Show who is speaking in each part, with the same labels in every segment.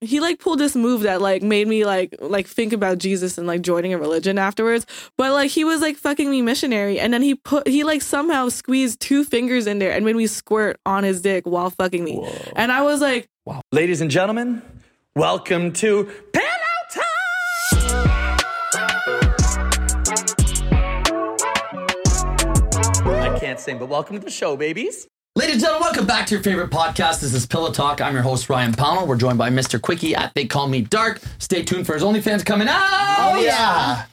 Speaker 1: he like pulled this move that like made me like like think about Jesus and like joining a religion afterwards. But like he was like fucking me missionary, and then he put he like somehow squeezed two fingers in there and made me squirt on his dick while fucking me.
Speaker 2: Whoa.
Speaker 1: And I was like,
Speaker 2: Wow. Ladies and gentlemen, welcome to Pillow Time. I can't sing, but welcome to the show, babies.
Speaker 3: Ladies and gentlemen, welcome back to your favorite podcast. This is Pillow Talk. I'm your host, Ryan Palmer. We're joined by Mr. Quickie at They Call Me Dark. Stay tuned for his OnlyFans coming out. Oh,
Speaker 4: Ah.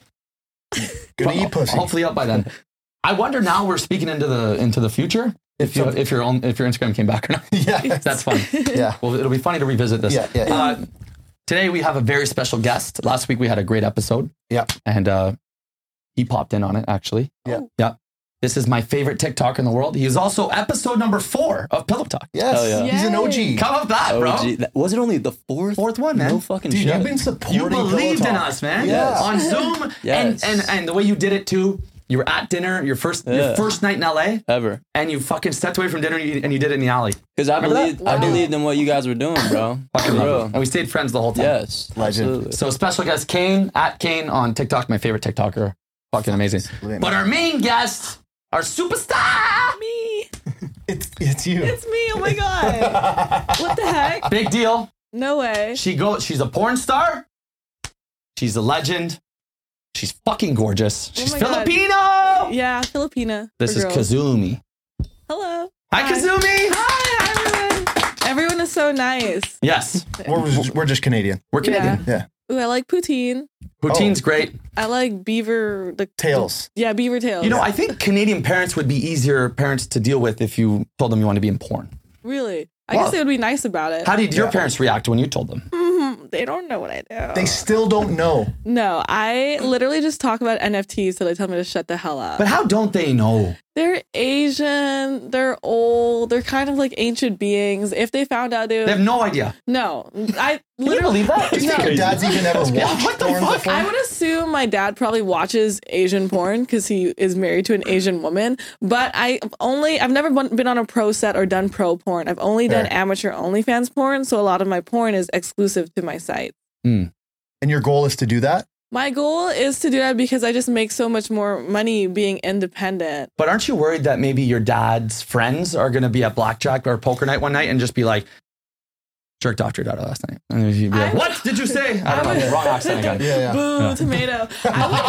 Speaker 3: yeah.
Speaker 4: Good to eat pussy.
Speaker 3: Hopefully up by then. I wonder now we're speaking into the into the future. If you if your own if your Instagram came back or not.
Speaker 4: Yeah.
Speaker 3: That's fun.
Speaker 4: Yeah.
Speaker 3: Well, it'll be funny to revisit this.
Speaker 4: Yeah, yeah, yeah.
Speaker 3: Uh, today we have a very special guest. Last week we had a great episode.
Speaker 4: Yeah.
Speaker 3: and uh, he popped in on it actually.
Speaker 4: Yeah.
Speaker 3: yeah. This is my favorite TikTok in the world. He is also episode number four of Pillow Talk.
Speaker 4: Yes.
Speaker 2: Hell
Speaker 1: yeah.
Speaker 4: He's an
Speaker 1: Yay.
Speaker 4: OG.
Speaker 3: Come up with that, bro.
Speaker 2: OG. That- was it only the fourth?
Speaker 3: Fourth one, man.
Speaker 2: Oh, No fucking
Speaker 4: Dude,
Speaker 2: shit.
Speaker 4: you've been supporting
Speaker 3: you
Speaker 4: Pillow
Speaker 3: believed in
Speaker 4: Talk.
Speaker 3: us, man.
Speaker 4: Yes.
Speaker 3: On Zoom,
Speaker 2: Yes.
Speaker 3: and and and the way you did it too. You were at dinner, your first your
Speaker 2: Yeah.
Speaker 3: first night in LA,
Speaker 2: Ever.
Speaker 3: and you fucking stepped away from dinner and you, and you did it in the alley.
Speaker 2: Because I believed, I
Speaker 1: Wow.
Speaker 2: believed in what you guys were doing, bro.
Speaker 3: Fucking
Speaker 2: For
Speaker 3: love it.
Speaker 2: real.
Speaker 3: And we stayed friends the whole time.
Speaker 2: Yes.
Speaker 4: Legend.
Speaker 2: Absolutely.
Speaker 3: So special guest Kane at Kane on TikTok, my favorite TikToker. Fucking amazing.
Speaker 4: Brilliant.
Speaker 3: But our main guest, our superstar,
Speaker 1: me,
Speaker 4: It's, it's you.
Speaker 1: it's me. Oh my god, what the heck?
Speaker 3: big deal.
Speaker 1: No way.
Speaker 3: She go. She's a porn star. She's a legend. She's fucking gorgeous. She's
Speaker 1: Oh my God.
Speaker 3: Filipino.
Speaker 1: Yeah, Filipina.
Speaker 3: This
Speaker 1: for
Speaker 3: is
Speaker 1: girls.
Speaker 3: Kazumi.
Speaker 1: Hello.
Speaker 3: Hi, Kazumi.
Speaker 1: Hi, everyone. Everyone is so nice.
Speaker 3: Yes,
Speaker 4: we're, just, we're just Canadian.
Speaker 3: we're Canadian.
Speaker 4: Yeah.
Speaker 1: Ooh, I like poutine.
Speaker 3: Poutine's great.
Speaker 1: I like beaver the
Speaker 4: Tails.
Speaker 1: Yeah, beaver tails.
Speaker 3: You know, I think Canadian parents would be easier parents to deal with if you told them you want to be in porn.
Speaker 1: really. I
Speaker 3: Wow.
Speaker 1: guess they would be nice about it.
Speaker 3: How did your
Speaker 4: Yeah.
Speaker 3: parents react when you told them?
Speaker 1: Mhm, They don't know what I do.
Speaker 3: Uh,
Speaker 4: They still don't know.
Speaker 1: no, I literally just talk about NFTs till they tell me to shut the hell up.
Speaker 3: But how don't they know?
Speaker 1: they're Asian. They're old. They're kind of like ancient beings. If they found out, they would.
Speaker 3: They have no idea.
Speaker 1: no, I
Speaker 3: Can you
Speaker 1: literally.
Speaker 3: believe that?
Speaker 4: Do you think your dad's even ever watched
Speaker 3: what the
Speaker 4: porn
Speaker 3: fuck?
Speaker 4: before?
Speaker 1: I would assume my dad probably watches Asian porn because he is married to an Asian woman. But I only I've never been been on a pro set or done pro porn. I've only done
Speaker 4: Fair.
Speaker 1: amateur OnlyFans porn, so a lot of my porn is exclusive to my site.
Speaker 4: and your goal is to do that?
Speaker 1: My goal is to do that because I just make so much more money being independent.
Speaker 3: But aren't you worried that maybe your dad's friends are going to be at blackjack or poker night one night and just be like, jerked off to your daughter last night? And you'd be like,
Speaker 1: I-
Speaker 3: what did you say? I don't
Speaker 1: I
Speaker 3: know.
Speaker 1: would-
Speaker 3: Wrong accent again.
Speaker 4: Yeah, yeah.
Speaker 1: Boo, tomato. I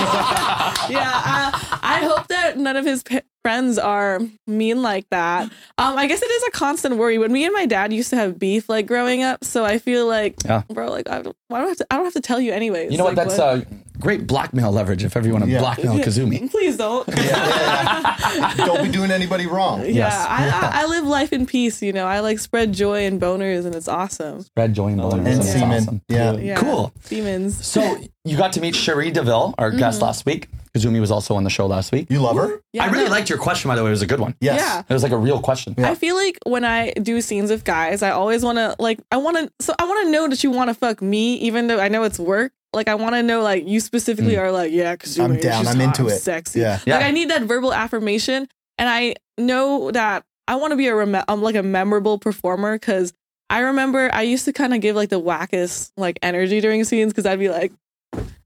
Speaker 1: would- yeah, I, I hope that none of his p- friends are mean like that. Um, I guess it is a constant worry. When me and my dad used to have beef, like growing up, so I feel like,
Speaker 3: Yeah.
Speaker 1: bro, like I don't, why do I, have to, I don't have to tell you anyways.
Speaker 3: You know what?
Speaker 1: Like,
Speaker 3: That's uh, great blackmail leverage if ever you want to
Speaker 4: Yeah.
Speaker 3: blackmail Kazumi.
Speaker 1: Please don't. Yeah,
Speaker 4: Don't be doing anybody wrong.
Speaker 1: I, I, I live life in peace. You know, I like spread joy and boners, and it's awesome.
Speaker 3: Red join leverage.
Speaker 4: And
Speaker 3: That's
Speaker 4: semen.
Speaker 3: awesome.
Speaker 4: Yeah.
Speaker 1: Yeah.
Speaker 3: Cool.
Speaker 1: Demons.
Speaker 3: So you got to meet Cherie DeVille,
Speaker 1: Mm-hmm.
Speaker 3: our guest last week. Kazumi was also on the show last week.
Speaker 4: You love her?
Speaker 1: Yeah,
Speaker 3: I really
Speaker 1: no.
Speaker 3: liked your question, by the way. It was a good one.
Speaker 4: Yes.
Speaker 1: Yeah.
Speaker 3: It was like a real question.
Speaker 1: I feel like when I do scenes with guys, I always want to like I want to so I want to know that you want to fuck me, even though I know it's work. Like I want to know like you specifically are like yeah, because
Speaker 4: Mm. I'm down. I'm into it.
Speaker 1: Sexy.
Speaker 4: Yeah.
Speaker 1: Like
Speaker 3: Yeah.
Speaker 1: I need that verbal affirmation, and I know that I want to be a rem- I'm like a memorable performer because I remember I used to kind of give like the wackest like energy during scenes because I'd be like.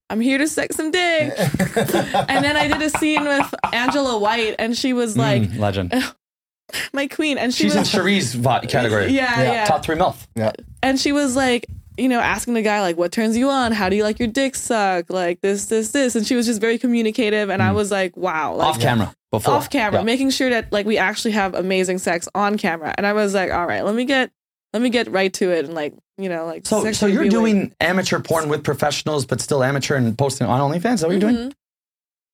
Speaker 1: I'm here to suck some dick. and then I did a scene with Angela White and she was like,
Speaker 3: Mm, legend.
Speaker 1: my queen. And she
Speaker 3: She's in
Speaker 1: was
Speaker 3: Cherie's vo- category.
Speaker 1: Yeah,
Speaker 4: Yeah.
Speaker 1: yeah.
Speaker 3: Top three MILF.
Speaker 4: Yeah.
Speaker 1: And she was like, you know, asking the guy like, "What turns you on? How do you like your dick suck? Like this, this, this." And she was just very communicative, and I was like, "Wow!" Like,
Speaker 3: Mm. Off camera. Before.
Speaker 1: off camera,
Speaker 3: Yeah.
Speaker 1: making sure that like we actually have amazing sex on camera. And I was like, "All right, let me get, let me get right to it." And like, you know, like
Speaker 3: So, so
Speaker 1: sexually
Speaker 3: you're
Speaker 1: be, like-
Speaker 3: doing amateur porn with professionals, but still amateur and posting on OnlyFans. Is that what you're doing?
Speaker 1: Mhm.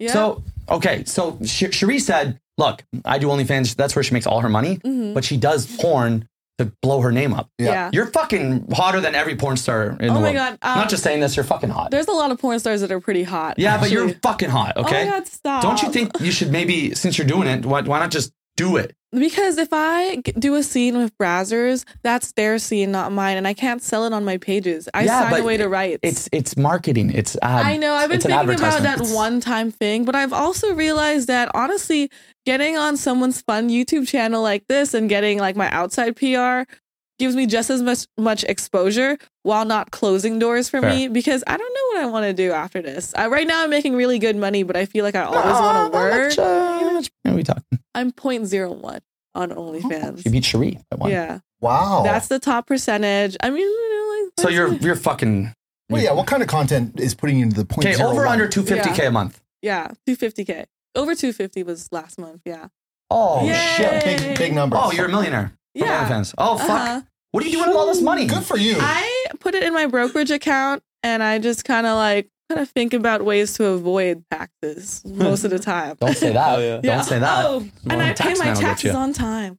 Speaker 1: Yeah.
Speaker 3: So, okay. So Sh- Cherie said, "Look, I do OnlyFans. That's where she makes all her money,
Speaker 1: Mhm.
Speaker 3: but she does porn to blow her name up.
Speaker 1: yeah.
Speaker 3: You're fucking hotter than every porn star in the
Speaker 1: Oh my
Speaker 3: world.
Speaker 1: god.
Speaker 3: I'm
Speaker 1: Um,
Speaker 3: not just saying this. You're fucking hot.
Speaker 1: there's a lot of porn stars that are pretty hot.
Speaker 3: Yeah, but you're
Speaker 1: actually.
Speaker 3: fucking hot. Okay.
Speaker 1: Oh my god, stop.
Speaker 3: Don't you think you should maybe, since you're doing it, why, why not just do it?
Speaker 1: Because if I g- do a scene with Brazzers, that's their scene, not mine, and I can't sell it on my pages. I
Speaker 3: Yeah,
Speaker 1: sign
Speaker 3: but
Speaker 1: away to rights.
Speaker 3: It's it's marketing. It's ad.
Speaker 1: I know I've been
Speaker 3: it's an
Speaker 1: thinking about
Speaker 3: advertisement.
Speaker 1: that
Speaker 3: It's-
Speaker 1: one-time thing, but I've also realized that honestly, getting on someone's fun YouTube channel like this and getting like my outside PR gives me just as much much exposure. while not closing doors for
Speaker 2: Fair.
Speaker 1: me because I don't know what I want to do after this. I, right now, I'm making really good money, but I feel like I always want to work.
Speaker 3: What are Ah, we talking?
Speaker 1: I'm 0.01 on OnlyFans.
Speaker 3: Oh, You beat Cherie by one. Oh.
Speaker 1: yeah,
Speaker 4: Wow.
Speaker 1: that's the top percentage. I mean, you know, like,
Speaker 3: So
Speaker 1: that's
Speaker 3: you're
Speaker 1: it.
Speaker 3: you're fucking
Speaker 4: well, yeah. What kind of content is putting you into the point?
Speaker 3: okay.
Speaker 4: zero
Speaker 3: Over
Speaker 4: one?
Speaker 3: under two fifty k a month.
Speaker 1: yeah, 250k over 250 was last month. Yeah,
Speaker 3: Oh
Speaker 1: Yay.
Speaker 3: shit!
Speaker 4: Big big numbers.
Speaker 3: Oh, you're a millionaire. from
Speaker 1: yeah.
Speaker 3: OnlyFans. Oh fuck!
Speaker 1: Uh-huh.
Speaker 3: What are you doing with all this money?
Speaker 4: good for you.
Speaker 1: I put it in my brokerage account and I just kind of like kind of think about ways to avoid taxes most of the time.
Speaker 3: Hmm. Don't say that.
Speaker 2: Oh, yeah.
Speaker 3: Don't say that.
Speaker 1: Oh,
Speaker 3: Well,
Speaker 1: and I pay
Speaker 3: tax man
Speaker 1: my
Speaker 3: will get
Speaker 1: taxes
Speaker 3: you.
Speaker 1: on time.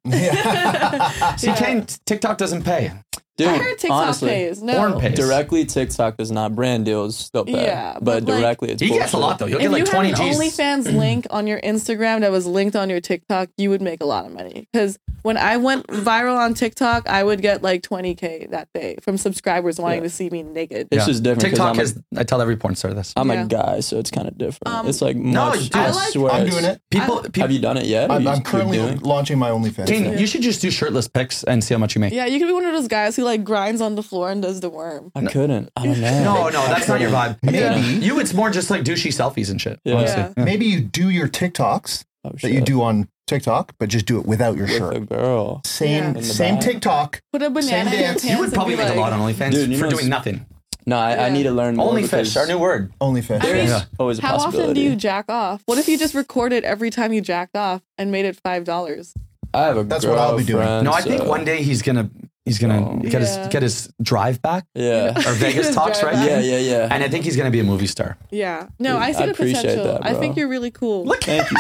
Speaker 4: Yeah.
Speaker 3: See,
Speaker 1: Yeah.
Speaker 3: Kane, t- TikTok doesn't pay.
Speaker 2: Dude,
Speaker 1: I heard TikTok
Speaker 2: honestly,
Speaker 1: pays. No.
Speaker 3: Porn pays.
Speaker 2: directly TikTok does not brand deals still pay.
Speaker 1: Yeah,
Speaker 2: but,
Speaker 1: but, like-
Speaker 2: directly it's
Speaker 3: He
Speaker 2: bullshit.
Speaker 3: gets a lot though. You'll
Speaker 1: If
Speaker 3: get like
Speaker 1: you had
Speaker 3: twenty
Speaker 1: an
Speaker 3: G's. Hmm.
Speaker 1: OnlyFans link on your Instagram that was linked on your TikTok, you would make a lot of money. Because when I went viral on TikTok, I would get like 20K that day from subscribers wanting
Speaker 2: Yeah.
Speaker 1: to see me naked.
Speaker 2: It's just different 'cause
Speaker 3: TikTok
Speaker 2: I'm a-
Speaker 3: is. I tell every porn star this.
Speaker 2: I'm
Speaker 1: Yeah.
Speaker 2: a guy, so it's kind of different.
Speaker 1: Um,
Speaker 2: it's like
Speaker 3: No,
Speaker 2: much.
Speaker 3: you-
Speaker 2: I,
Speaker 3: I
Speaker 1: like-
Speaker 2: swear,
Speaker 4: I'm
Speaker 2: it's-
Speaker 4: doing it.
Speaker 3: People,
Speaker 1: I-
Speaker 2: Have
Speaker 3: people.
Speaker 2: you done it yet?
Speaker 4: I'm,
Speaker 2: You-
Speaker 4: I'm
Speaker 2: you're
Speaker 4: currently
Speaker 2: doing it?
Speaker 4: launching my OnlyFans.
Speaker 3: Kane,
Speaker 4: now.
Speaker 3: you should just do shirtless pics and see how much you make.
Speaker 1: Yeah, you could be one of those guys who like grinds on the floor and does the worm.
Speaker 2: I couldn't. I don't know.
Speaker 3: No, no, that's not your vibe.
Speaker 4: Maybe.
Speaker 3: You, it's more just like douchey selfies and shit.
Speaker 2: Yeah.
Speaker 3: honestly.
Speaker 1: Yeah.
Speaker 4: Maybe you do your TikToks
Speaker 2: Oh,
Speaker 4: that you
Speaker 2: shit.
Speaker 4: do on TikTok, but just do it without your
Speaker 2: with
Speaker 4: shirt.
Speaker 2: a girl.
Speaker 1: Yeah. In
Speaker 4: Same
Speaker 1: the
Speaker 4: same
Speaker 2: back.
Speaker 4: TikTok.
Speaker 1: Put a banana in your
Speaker 4: dance.
Speaker 1: pants.
Speaker 4: You
Speaker 3: You would
Speaker 1: and
Speaker 3: probably
Speaker 1: be
Speaker 3: make a
Speaker 1: like-
Speaker 3: lot on OnlyFans
Speaker 2: Dude, you
Speaker 3: for
Speaker 2: know
Speaker 3: doing
Speaker 2: it's-
Speaker 3: nothing.
Speaker 2: No, I, I
Speaker 1: Yeah.
Speaker 2: need to learn more.
Speaker 3: Only
Speaker 2: because
Speaker 3: fish, our new word.
Speaker 4: OnlyFans.
Speaker 1: I mean,
Speaker 2: There's
Speaker 3: Yeah.
Speaker 2: always a
Speaker 1: How often do
Speaker 2: possibility.
Speaker 1: you jack off? What if you just recorded every time you jacked off and made it five dollars?
Speaker 2: I have a
Speaker 4: That's what I'll be doing.
Speaker 2: girlfriend,
Speaker 3: No, I think
Speaker 2: so-
Speaker 3: one day he's gonna he's gonna
Speaker 2: uh, Oh.
Speaker 3: get
Speaker 1: Yeah.
Speaker 3: his get his drive back
Speaker 2: Yeah.
Speaker 3: or Vegas
Speaker 1: His
Speaker 3: talks
Speaker 1: drive
Speaker 3: right.
Speaker 1: back.
Speaker 2: yeah, yeah, yeah.
Speaker 3: And I think he's gonna be a movie star.
Speaker 1: Yeah. No,
Speaker 2: Dude,
Speaker 1: I see
Speaker 2: I
Speaker 1: the
Speaker 2: appreciate
Speaker 1: potential.
Speaker 2: that,
Speaker 1: I
Speaker 2: bro.
Speaker 1: think you're really cool.
Speaker 3: Look,
Speaker 2: Thank you.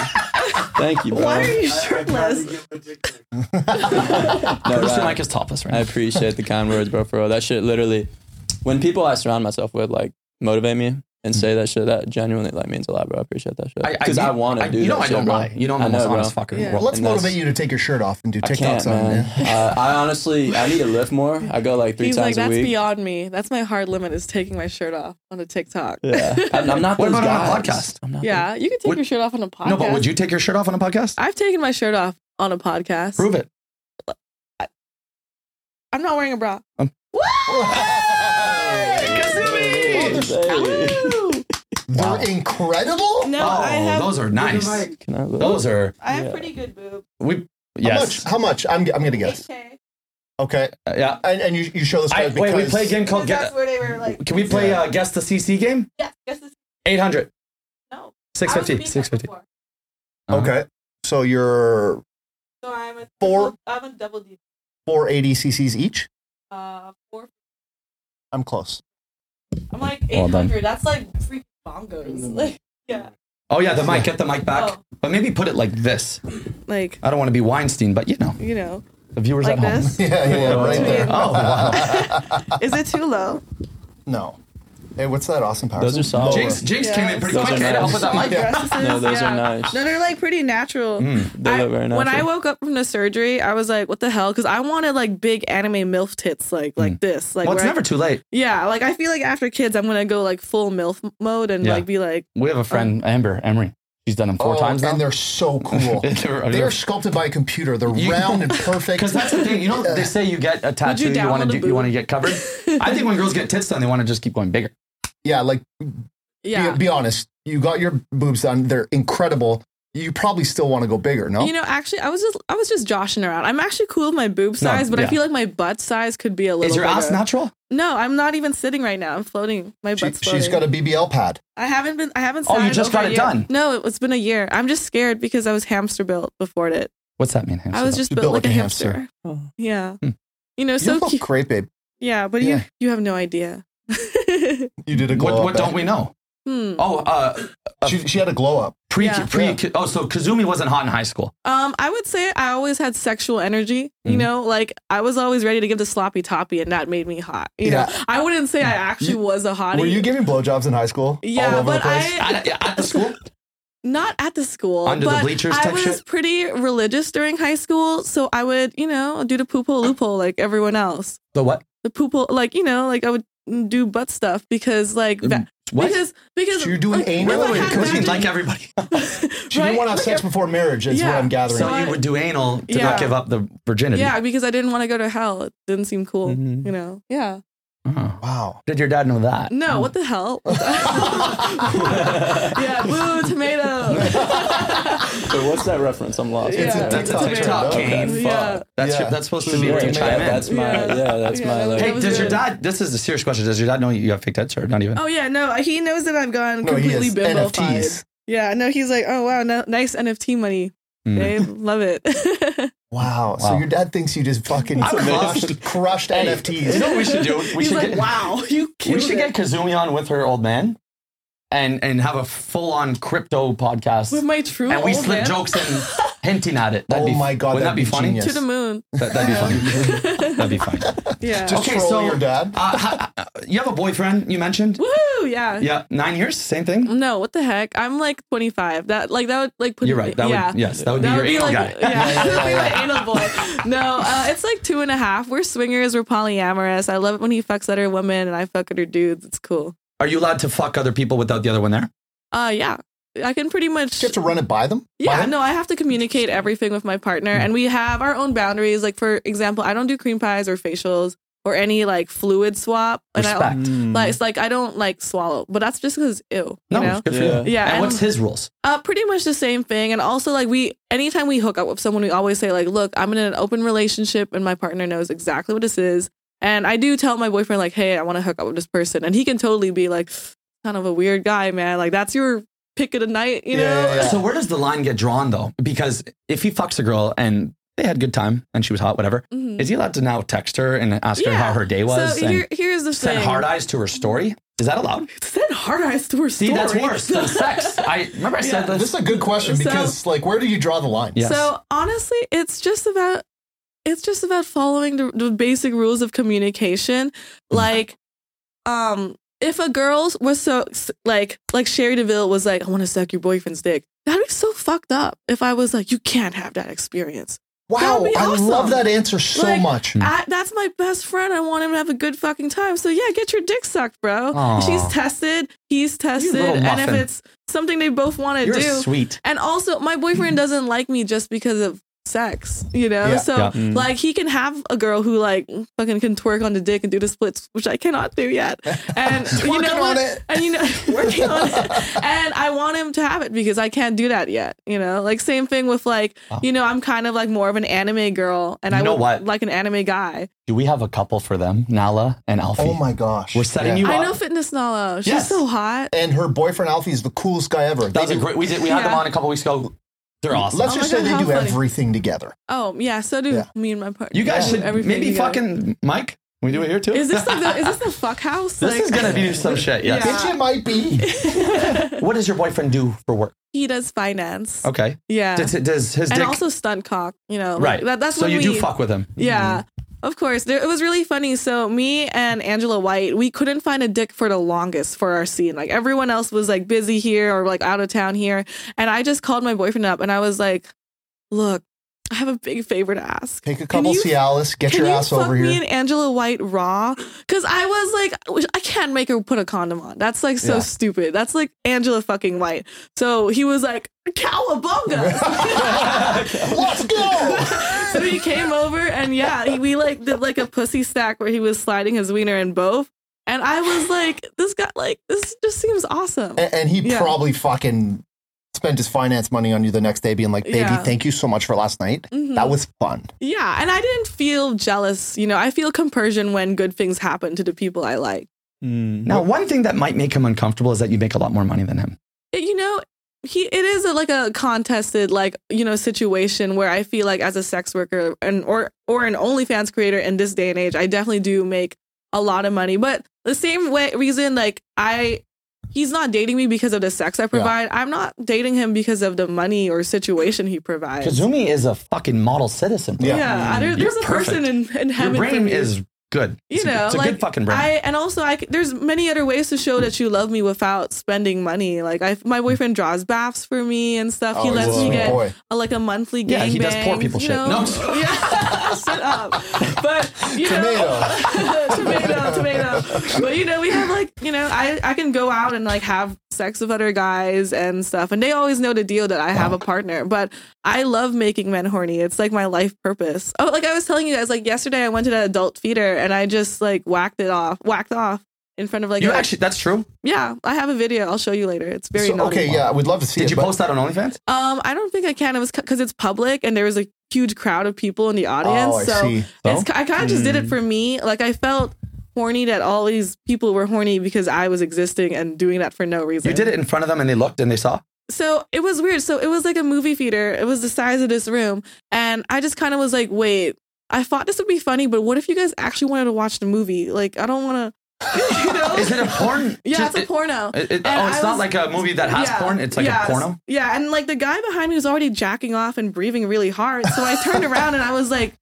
Speaker 2: Thank you, bro.
Speaker 1: Why are you shirtless?
Speaker 2: No,
Speaker 3: Bruce
Speaker 2: right.
Speaker 3: Mike is topless right
Speaker 2: I
Speaker 3: now.
Speaker 2: appreciate the kind words, bro. For real. that shit, literally, when people I surround myself with like motivate me and say that shit, that genuinely like means a lot, bro. I appreciate that shit because I,
Speaker 3: do-
Speaker 2: want to
Speaker 3: I-
Speaker 2: do.
Speaker 3: You know,
Speaker 2: that
Speaker 3: I
Speaker 2: shit,
Speaker 3: don't
Speaker 2: bro.
Speaker 3: lie. You know, I'm
Speaker 2: I
Speaker 3: the most
Speaker 2: know,
Speaker 3: honest
Speaker 2: bro.
Speaker 3: fucker in the
Speaker 1: Yeah.
Speaker 3: world.
Speaker 4: Let's
Speaker 2: And that's-
Speaker 4: motivate you to take your shirt off and do
Speaker 2: I can't,
Speaker 4: TikToks on.
Speaker 2: man.
Speaker 4: yeah.
Speaker 2: uh, I honestly, I need to lift more. I go like three
Speaker 1: He's like,
Speaker 2: times
Speaker 1: that's
Speaker 2: a week.
Speaker 1: beyond me. That's my hard limit is taking my shirt off on a TikTok.
Speaker 2: Yeah, I'm, I'm not
Speaker 3: What
Speaker 2: those
Speaker 3: about on a
Speaker 2: guys.
Speaker 3: podcast?
Speaker 2: I'm not
Speaker 1: Yeah, you can take
Speaker 3: Would-
Speaker 1: your shirt off on a podcast.
Speaker 3: No, but would you take your shirt off on a podcast?
Speaker 1: I've taken my shirt off on a podcast.
Speaker 3: Prove it.
Speaker 1: I'm not wearing a bra.
Speaker 3: Um,
Speaker 2: those- Hey,
Speaker 1: Woo!
Speaker 3: Oh, Wow.
Speaker 4: They're incredible.
Speaker 1: no, I have
Speaker 3: Oh, those are nice.
Speaker 2: Can I?
Speaker 3: Those are
Speaker 1: I have
Speaker 2: Yeah.
Speaker 1: pretty good boobs.
Speaker 3: we.
Speaker 4: How
Speaker 3: Yes.
Speaker 4: much? How much? I'm I'm gonna guess.
Speaker 1: Okay.
Speaker 4: Okay.
Speaker 3: Uh, yeah.
Speaker 4: And, and you, you show this
Speaker 3: I,
Speaker 4: because
Speaker 3: wait, we play a game called. Get,
Speaker 1: That's where they were like,
Speaker 3: can we play
Speaker 4: Yeah.
Speaker 3: uh, guess the CC game?
Speaker 1: yeah, guess this.
Speaker 3: 800.
Speaker 1: No. I was
Speaker 3: 650.
Speaker 1: beat up
Speaker 3: 650.
Speaker 1: before.
Speaker 4: Okay. So you're
Speaker 1: So I'm a
Speaker 4: Four.
Speaker 1: I'm a double D.
Speaker 4: 480 cc's each.
Speaker 1: Uh, four.
Speaker 4: I'm close.
Speaker 1: I'm like
Speaker 3: Well done.
Speaker 1: 800. That's like freaking
Speaker 3: Mm.
Speaker 1: bongos. Like, yeah.
Speaker 3: Oh yeah, the mic. Get the mic back.
Speaker 1: Oh.
Speaker 3: But maybe put it like this.
Speaker 1: Like,
Speaker 3: I don't want to be Weinstein, but you know,
Speaker 1: you know,
Speaker 3: the viewers
Speaker 1: like
Speaker 3: at home.
Speaker 1: this.
Speaker 4: Yeah, yeah, yeah right there.
Speaker 3: Oh wow.
Speaker 1: Is it too low?
Speaker 4: No. Hey, what's that awesome power?
Speaker 2: Those are solid.
Speaker 3: Jinx, Jinx came in pretty
Speaker 1: Those
Speaker 3: quick.
Speaker 2: are
Speaker 3: eh, to help with
Speaker 2: nice.
Speaker 3: that mic.
Speaker 2: No, those
Speaker 1: Yeah.
Speaker 2: are nice.
Speaker 1: No, they're like pretty natural.
Speaker 3: Mm,
Speaker 2: They
Speaker 1: I-
Speaker 2: look very nice.
Speaker 1: when I woke up from the surgery, I was like, "What the hell?" Because I wanted like big anime milf tits, like like this, like
Speaker 3: Mm. Well, it's
Speaker 1: where I-
Speaker 3: never too late.
Speaker 1: yeah. Like I feel like after kids, I'm gonna go like full milf mode and
Speaker 3: Yeah.
Speaker 1: like be like,
Speaker 3: We have a friend, Amber Emery. She's done them four
Speaker 4: Oh,
Speaker 3: times now.
Speaker 4: and they're so cool.
Speaker 3: They're-
Speaker 4: they're sculpted by a computer. They're
Speaker 3: You-
Speaker 4: round and perfect.
Speaker 3: Because that's the thing, you know, they say you get a tattoo, you,
Speaker 1: download
Speaker 3: want
Speaker 1: a
Speaker 3: to do, you
Speaker 1: boob?
Speaker 3: want to get covered. I think when girls get tits done, they want to just keep going bigger.
Speaker 4: yeah, like
Speaker 1: yeah.
Speaker 4: be, be honest. You got your boobs done. They're incredible. You probably still want to go bigger, no?
Speaker 1: you know, actually, I was just I was just joshing around. I'm actually cool with my boob
Speaker 3: No,
Speaker 1: size, but
Speaker 3: yeah.
Speaker 1: I feel like my butt size could be a little.
Speaker 3: Is your ass
Speaker 1: bigger.
Speaker 3: natural?
Speaker 1: No, I'm not even sitting right now. I'm floating. My butt's
Speaker 4: she,
Speaker 1: floating.
Speaker 4: she's got a BBL pad.
Speaker 1: I haven't been. I haven't.
Speaker 3: Oh, you
Speaker 1: sat in
Speaker 3: just
Speaker 1: over
Speaker 3: got
Speaker 1: a
Speaker 3: it
Speaker 1: year.
Speaker 3: done?
Speaker 1: No, it, it's been a year. I'm just scared because I was hamster built before it.
Speaker 3: What's that mean?
Speaker 1: I was just built, like, a hamster.
Speaker 2: Oh.
Speaker 1: Yeah.
Speaker 3: Hmm.
Speaker 1: You know,
Speaker 4: you
Speaker 1: so
Speaker 4: look
Speaker 1: cute.
Speaker 4: great, babe.
Speaker 1: Yeah, but
Speaker 4: Yeah.
Speaker 1: you you have no idea.
Speaker 4: You did a glow
Speaker 3: What,
Speaker 4: up.
Speaker 3: what don't we know?
Speaker 1: hmm.
Speaker 3: Oh, uh,
Speaker 4: She, she had a glow up.
Speaker 3: pre,
Speaker 1: Yeah.
Speaker 3: pre,
Speaker 4: Yeah.
Speaker 3: oh, so Kazumi wasn't hot in high school.
Speaker 1: Um, I would say I always had sexual energy.
Speaker 3: Mhm.
Speaker 1: You know, like I was always ready to give the sloppy toppy, and that made me hot. You
Speaker 4: Yeah.
Speaker 1: know, I wouldn't say I actually was a hottie.
Speaker 4: Were you giving blowjobs in high school? all
Speaker 1: yeah,
Speaker 4: over the
Speaker 1: but
Speaker 4: place?
Speaker 1: I
Speaker 3: At, at the school?
Speaker 1: not at the school.
Speaker 3: Under the
Speaker 1: but
Speaker 3: bleachers
Speaker 1: I
Speaker 3: type
Speaker 1: was
Speaker 3: shit?
Speaker 1: pretty religious during high school, so I would, you know, do the poopo
Speaker 4: Oh.
Speaker 1: loophole like everyone else.
Speaker 3: The what?
Speaker 1: The poopo, like you know, like I would do butt stuff because like va-
Speaker 3: What?
Speaker 1: because because
Speaker 4: Mm, So you're doing
Speaker 1: like,
Speaker 4: anal?
Speaker 1: if I
Speaker 4: Wait,
Speaker 1: had
Speaker 4: because you
Speaker 1: vaginal-
Speaker 3: like everybody.
Speaker 4: She didn't
Speaker 1: right?
Speaker 4: want to have sex before marriage, is what
Speaker 1: Yeah.
Speaker 4: I'm gathering.
Speaker 3: So
Speaker 1: Right.
Speaker 3: you would do anal to
Speaker 1: Yeah.
Speaker 3: not give up the virginity.
Speaker 4: Mm-hmm.
Speaker 1: Yeah, because I didn't want to go to hell. It didn't seem cool,
Speaker 2: Mhm.
Speaker 1: you know. Yeah.
Speaker 4: Wow.
Speaker 3: Did your dad know that?
Speaker 4: Mm.
Speaker 1: No, what the hell? yeah, boo, tomato.
Speaker 2: So what's that reference? I'm lost.
Speaker 1: It's a
Speaker 2: Okay.
Speaker 1: TikTok
Speaker 3: that's a TikTok
Speaker 1: trend,
Speaker 3: game.
Speaker 1: okay.
Speaker 3: Fuck.
Speaker 1: Yeah.
Speaker 3: That's,
Speaker 4: Yeah.
Speaker 3: that's supposed to be where you
Speaker 2: Yeah,
Speaker 3: chime in.
Speaker 2: That's my
Speaker 1: Yeah.
Speaker 2: yeah. That's
Speaker 1: Yeah,
Speaker 2: my
Speaker 1: that was-
Speaker 2: like.
Speaker 1: that
Speaker 3: Hey,
Speaker 1: was
Speaker 3: does your
Speaker 1: good.
Speaker 3: dad? This is a serious question. Does your dad know you have fake Ted's or not even?
Speaker 1: Oh yeah, no, he knows that I've gone
Speaker 4: No, he
Speaker 1: completely
Speaker 4: has NFTs.
Speaker 1: bimbofied. Yeah, no, he's like, oh wow, no, nice NFT money,
Speaker 3: Mm.
Speaker 1: babe, love it.
Speaker 4: Wow. So
Speaker 3: Wow.
Speaker 4: your dad thinks you just fucking
Speaker 3: I'm
Speaker 4: crushed,
Speaker 3: amazed.
Speaker 4: crushed
Speaker 3: You know
Speaker 4: NFTs.
Speaker 3: what we should do? We
Speaker 1: he's
Speaker 3: should
Speaker 1: like,
Speaker 3: get
Speaker 1: wow, you
Speaker 3: we
Speaker 1: killed
Speaker 3: should
Speaker 1: it.
Speaker 3: get Kazumi on with her old man, and and have a full on crypto podcast.
Speaker 1: with my true
Speaker 3: and we
Speaker 1: old
Speaker 3: slip
Speaker 1: man
Speaker 3: jokes and hinting at it. That'd
Speaker 4: Oh
Speaker 3: be,
Speaker 4: my God,
Speaker 3: Wouldn't that
Speaker 4: that'd
Speaker 3: be
Speaker 4: be
Speaker 3: funny?
Speaker 4: genius.
Speaker 1: to the moon.
Speaker 3: That, that'd be funny. that'd be funny.
Speaker 1: Yeah.
Speaker 4: Just
Speaker 3: Okay,
Speaker 4: troll
Speaker 3: so-
Speaker 4: your dad.
Speaker 3: Uh, ha- uh, you have a boyfriend you mentioned?
Speaker 1: Woohoo! Yeah.
Speaker 3: Yeah, nine years, same thing.
Speaker 1: No, what the heck? I'm like 25. That like that would like put
Speaker 3: You're
Speaker 1: me-
Speaker 3: right. That
Speaker 1: yeah.
Speaker 3: would yes, that would be
Speaker 1: That
Speaker 3: your
Speaker 1: would be
Speaker 3: anal
Speaker 1: like,
Speaker 3: guy.
Speaker 1: yeah, that would be my anal boy. No, uh, it's like two and a half. We're swingers. We're polyamorous. I love it when he fucks other women and I fuck other dudes. It's cool.
Speaker 3: Are you allowed to fuck other people without the other one there?
Speaker 1: Uh, yeah, I can pretty much.
Speaker 4: You have to run it by them. By
Speaker 1: yeah,
Speaker 4: them?
Speaker 1: no, I have to communicate everything with my partner,
Speaker 3: Hmm.
Speaker 1: and we have our own boundaries. Like for example, I don't do cream pies or facials or any like fluid swap, and I
Speaker 3: Respect. Hmm.
Speaker 1: like it's like I don't like swallow, but that's just because ew,
Speaker 3: No,
Speaker 1: you know.
Speaker 3: it's good for
Speaker 2: Yeah.
Speaker 3: you.
Speaker 1: Yeah,
Speaker 3: And,
Speaker 1: and-
Speaker 3: what's his rules?
Speaker 1: Uh, pretty much the same thing. And also, like, we, anytime we hook up with someone, we always say, like, look, I'm in an open relationship and my partner knows exactly what this is. And I do tell my boyfriend, like, hey, I want to hook up with this person. And he can totally be like, kind of a weird guy, man. Like, that's your pick of the night, you
Speaker 4: Yeah,
Speaker 1: know?
Speaker 4: yeah, yeah.
Speaker 3: So where does the line get drawn though? Because if he fucks a girl and they had good time and she was hot, whatever,
Speaker 1: Mhm.
Speaker 3: is he allowed to now text her and ask her
Speaker 1: Yeah.
Speaker 3: how her day was
Speaker 1: so
Speaker 3: and
Speaker 1: here, here's the
Speaker 3: send
Speaker 1: thing.
Speaker 3: hard eyes to her story? Is that allowed?
Speaker 1: Send hard eyes to her
Speaker 3: See,
Speaker 1: story.
Speaker 3: that's worse than sex. I remember I said
Speaker 1: Yeah.
Speaker 3: this.
Speaker 4: This is a good question
Speaker 1: So-
Speaker 4: because, like, where do you draw the line?
Speaker 3: Yes.
Speaker 1: So honestly, it's just about it's just about following the, the basic rules of communication.
Speaker 3: Mm-hmm.
Speaker 1: Like, um, if a girl was so like like Sherry Deville was like, I want to suck your boyfriend's dick. That'd be so fucked up if I was like, you can't have that experience. That
Speaker 4: Wow,
Speaker 1: would be
Speaker 4: I
Speaker 1: awesome.
Speaker 4: love that answer so
Speaker 1: Like,
Speaker 4: much.
Speaker 1: I, that's my best friend. I want him to have a good fucking time. So yeah, get your dick sucked, bro.
Speaker 3: Aw.
Speaker 1: She's tested. He's tested.
Speaker 3: little
Speaker 1: And if
Speaker 3: muffin.
Speaker 1: it's something they both want to
Speaker 3: You're
Speaker 1: do,
Speaker 3: sweet.
Speaker 1: and also, my boyfriend doesn't like me just because of sex, you know?
Speaker 4: Yeah,
Speaker 1: so,
Speaker 3: yeah.
Speaker 2: Mm.
Speaker 1: like, he can have a girl who, like, fucking can twerk on the dick and do the splits, which I cannot do yet. And, you
Speaker 4: Working
Speaker 1: know,
Speaker 4: on
Speaker 1: what?
Speaker 4: it.
Speaker 1: and, you know, working on it. And I want him to have it because I can't do that yet, you know? Like, same thing with, like, you know, I'm kind of like more of an anime girl and
Speaker 3: Uh-huh. You
Speaker 1: I
Speaker 3: know
Speaker 1: would
Speaker 3: what?
Speaker 1: like an anime guy.
Speaker 3: Do we have a couple for them, Nala and Alfie?
Speaker 4: Oh my gosh.
Speaker 3: We're setting
Speaker 4: Yeah.
Speaker 3: you up.
Speaker 1: I know Fitness Nala. She's
Speaker 3: Yes.
Speaker 1: so hot.
Speaker 4: And her boyfriend Alfie is the coolest guy ever.
Speaker 3: That was a great. We did. We had them
Speaker 1: Yeah.
Speaker 3: on a couple weeks ago. They're awesome.
Speaker 4: Let's
Speaker 1: Oh
Speaker 4: just
Speaker 1: my
Speaker 4: say
Speaker 1: God,
Speaker 4: they
Speaker 1: how
Speaker 4: do
Speaker 1: funny.
Speaker 4: everything together.
Speaker 1: Oh, yeah. So do
Speaker 4: Yeah.
Speaker 1: me and my partner.
Speaker 3: you guys
Speaker 1: We do
Speaker 3: should
Speaker 1: everything
Speaker 3: maybe
Speaker 1: together.
Speaker 3: fucking Mike. We do it here too.
Speaker 1: Is this like the, is this the fuck house?
Speaker 3: This
Speaker 1: like,
Speaker 3: is gonna be some shit. Yes.
Speaker 1: Yeah.
Speaker 4: Bitch, it might be.
Speaker 3: What does your boyfriend do for work?
Speaker 1: he does finance.
Speaker 3: Okay.
Speaker 1: Yeah.
Speaker 3: Does, does his
Speaker 1: and
Speaker 3: Oh, dick?
Speaker 1: also stunt cock, you know. like,
Speaker 3: right.
Speaker 1: that, that's
Speaker 3: so
Speaker 1: when
Speaker 3: you
Speaker 1: we,
Speaker 3: do fuck with him.
Speaker 1: Yeah.
Speaker 4: Mm-hmm.
Speaker 1: Of course. There, it was really funny. So me and Angela White, we couldn't find a dick for the longest for our scene. Like everyone else was like busy here or like out of town here. And I just called my boyfriend up and I was like, look, I have a big favor to ask.
Speaker 4: Take a
Speaker 1: Can
Speaker 4: couple
Speaker 1: you-
Speaker 4: Cialis, get
Speaker 1: Can
Speaker 4: your
Speaker 1: you
Speaker 4: ass
Speaker 1: fuck
Speaker 4: over
Speaker 1: me
Speaker 4: here.
Speaker 1: and Angela White raw? Because I was like, I can't make her put a condom on. That's like so
Speaker 3: Yeah.
Speaker 1: stupid. That's like Angela fucking White. So he was like, cowabunga.
Speaker 4: Let's go.
Speaker 1: so he came over and yeah, he, we like did like a pussy stack where he was sliding his wiener in both. And I was like, this guy, like, this just seems awesome.
Speaker 4: and, and he
Speaker 1: Yeah.
Speaker 4: probably fucking spent his finance money on you the next day, being like, "Baby,
Speaker 1: Yeah.
Speaker 4: thank you so much for last night.
Speaker 1: Mhm.
Speaker 4: That was fun."
Speaker 1: yeah. And I didn't feel jealous. You know, I feel compersion when good things happen to the people I like.
Speaker 2: Mm.
Speaker 3: Now, one thing that might make him uncomfortable is that you make a lot more money than him.
Speaker 1: it- you know he it is a, like a contested like you know situation where I feel like as a sex worker and or or an OnlyFans creator in this day and age, I definitely do make a lot of money. But the same way reason like I he's not dating me because of the sex I provide. I'm not dating him because of the money or situation he provides.
Speaker 3: Kazumi is a fucking model citizen. bro.
Speaker 1: Yeah,
Speaker 4: Yeah.
Speaker 1: I, there, there's a person in, in
Speaker 3: Your
Speaker 1: heaven. for
Speaker 3: brain
Speaker 1: me.
Speaker 3: is good.
Speaker 1: you
Speaker 3: It's a-
Speaker 1: know,
Speaker 3: it's a
Speaker 1: like
Speaker 3: good fucking brain.
Speaker 1: I and also I c- there's many other ways to show that you love me without spending money. Like I, my boyfriend draws baths for me and stuff. he
Speaker 4: Oh, he's
Speaker 1: lets
Speaker 4: a
Speaker 1: me
Speaker 4: sweet
Speaker 1: get
Speaker 4: boy.
Speaker 1: a- like a monthly game.
Speaker 3: Yeah, he does poor people shit. No.
Speaker 1: yeah, shut up. But you know, tomato, tomato. But you know, we have like you know, I I can go out and like have sex with other guys and stuff. And they always know the deal that I have a partner. But I love making men horny. It's like my life purpose. Oh, like I was telling you guys, like yesterday I went to that adult theater and I just like whacked it off, whacked off in front of like,
Speaker 3: you
Speaker 1: a-
Speaker 3: actually, that's true.
Speaker 1: yeah, I have a video. I'll show you later. It's very
Speaker 4: So,
Speaker 1: naughty.
Speaker 4: okay, yeah, I would love to see
Speaker 3: Did
Speaker 4: it.
Speaker 3: you
Speaker 4: but-
Speaker 3: post that on OnlyFans?
Speaker 1: Um, I don't think I can. It was because it's public and there was a huge crowd of people in the audience.
Speaker 4: Oh, I
Speaker 1: so
Speaker 4: see.
Speaker 1: It's, I kind of just did it for me. Like I felt horny that all these people were horny because I was existing and doing that for no reason.
Speaker 3: You did it in front of them and they looked and they saw.
Speaker 1: So it was weird. So it was like a movie theater. It was the size of this room, and I just kind of was like, wait. I thought this would be funny, but what if you guys actually wanted to watch the movie? Like, I don't want to. You know?
Speaker 3: Is it a porn?
Speaker 1: yeah,
Speaker 3: Just-
Speaker 1: it's a porno.
Speaker 3: It, it,
Speaker 1: And
Speaker 3: oh, it's
Speaker 1: I
Speaker 3: not
Speaker 1: was-
Speaker 3: like a movie that has
Speaker 1: Yeah.
Speaker 3: porn. It's like
Speaker 1: Yes.
Speaker 3: a porno.
Speaker 1: Yeah, and like the guy behind me was already jacking off and breathing really hard. So I turned around and I was like,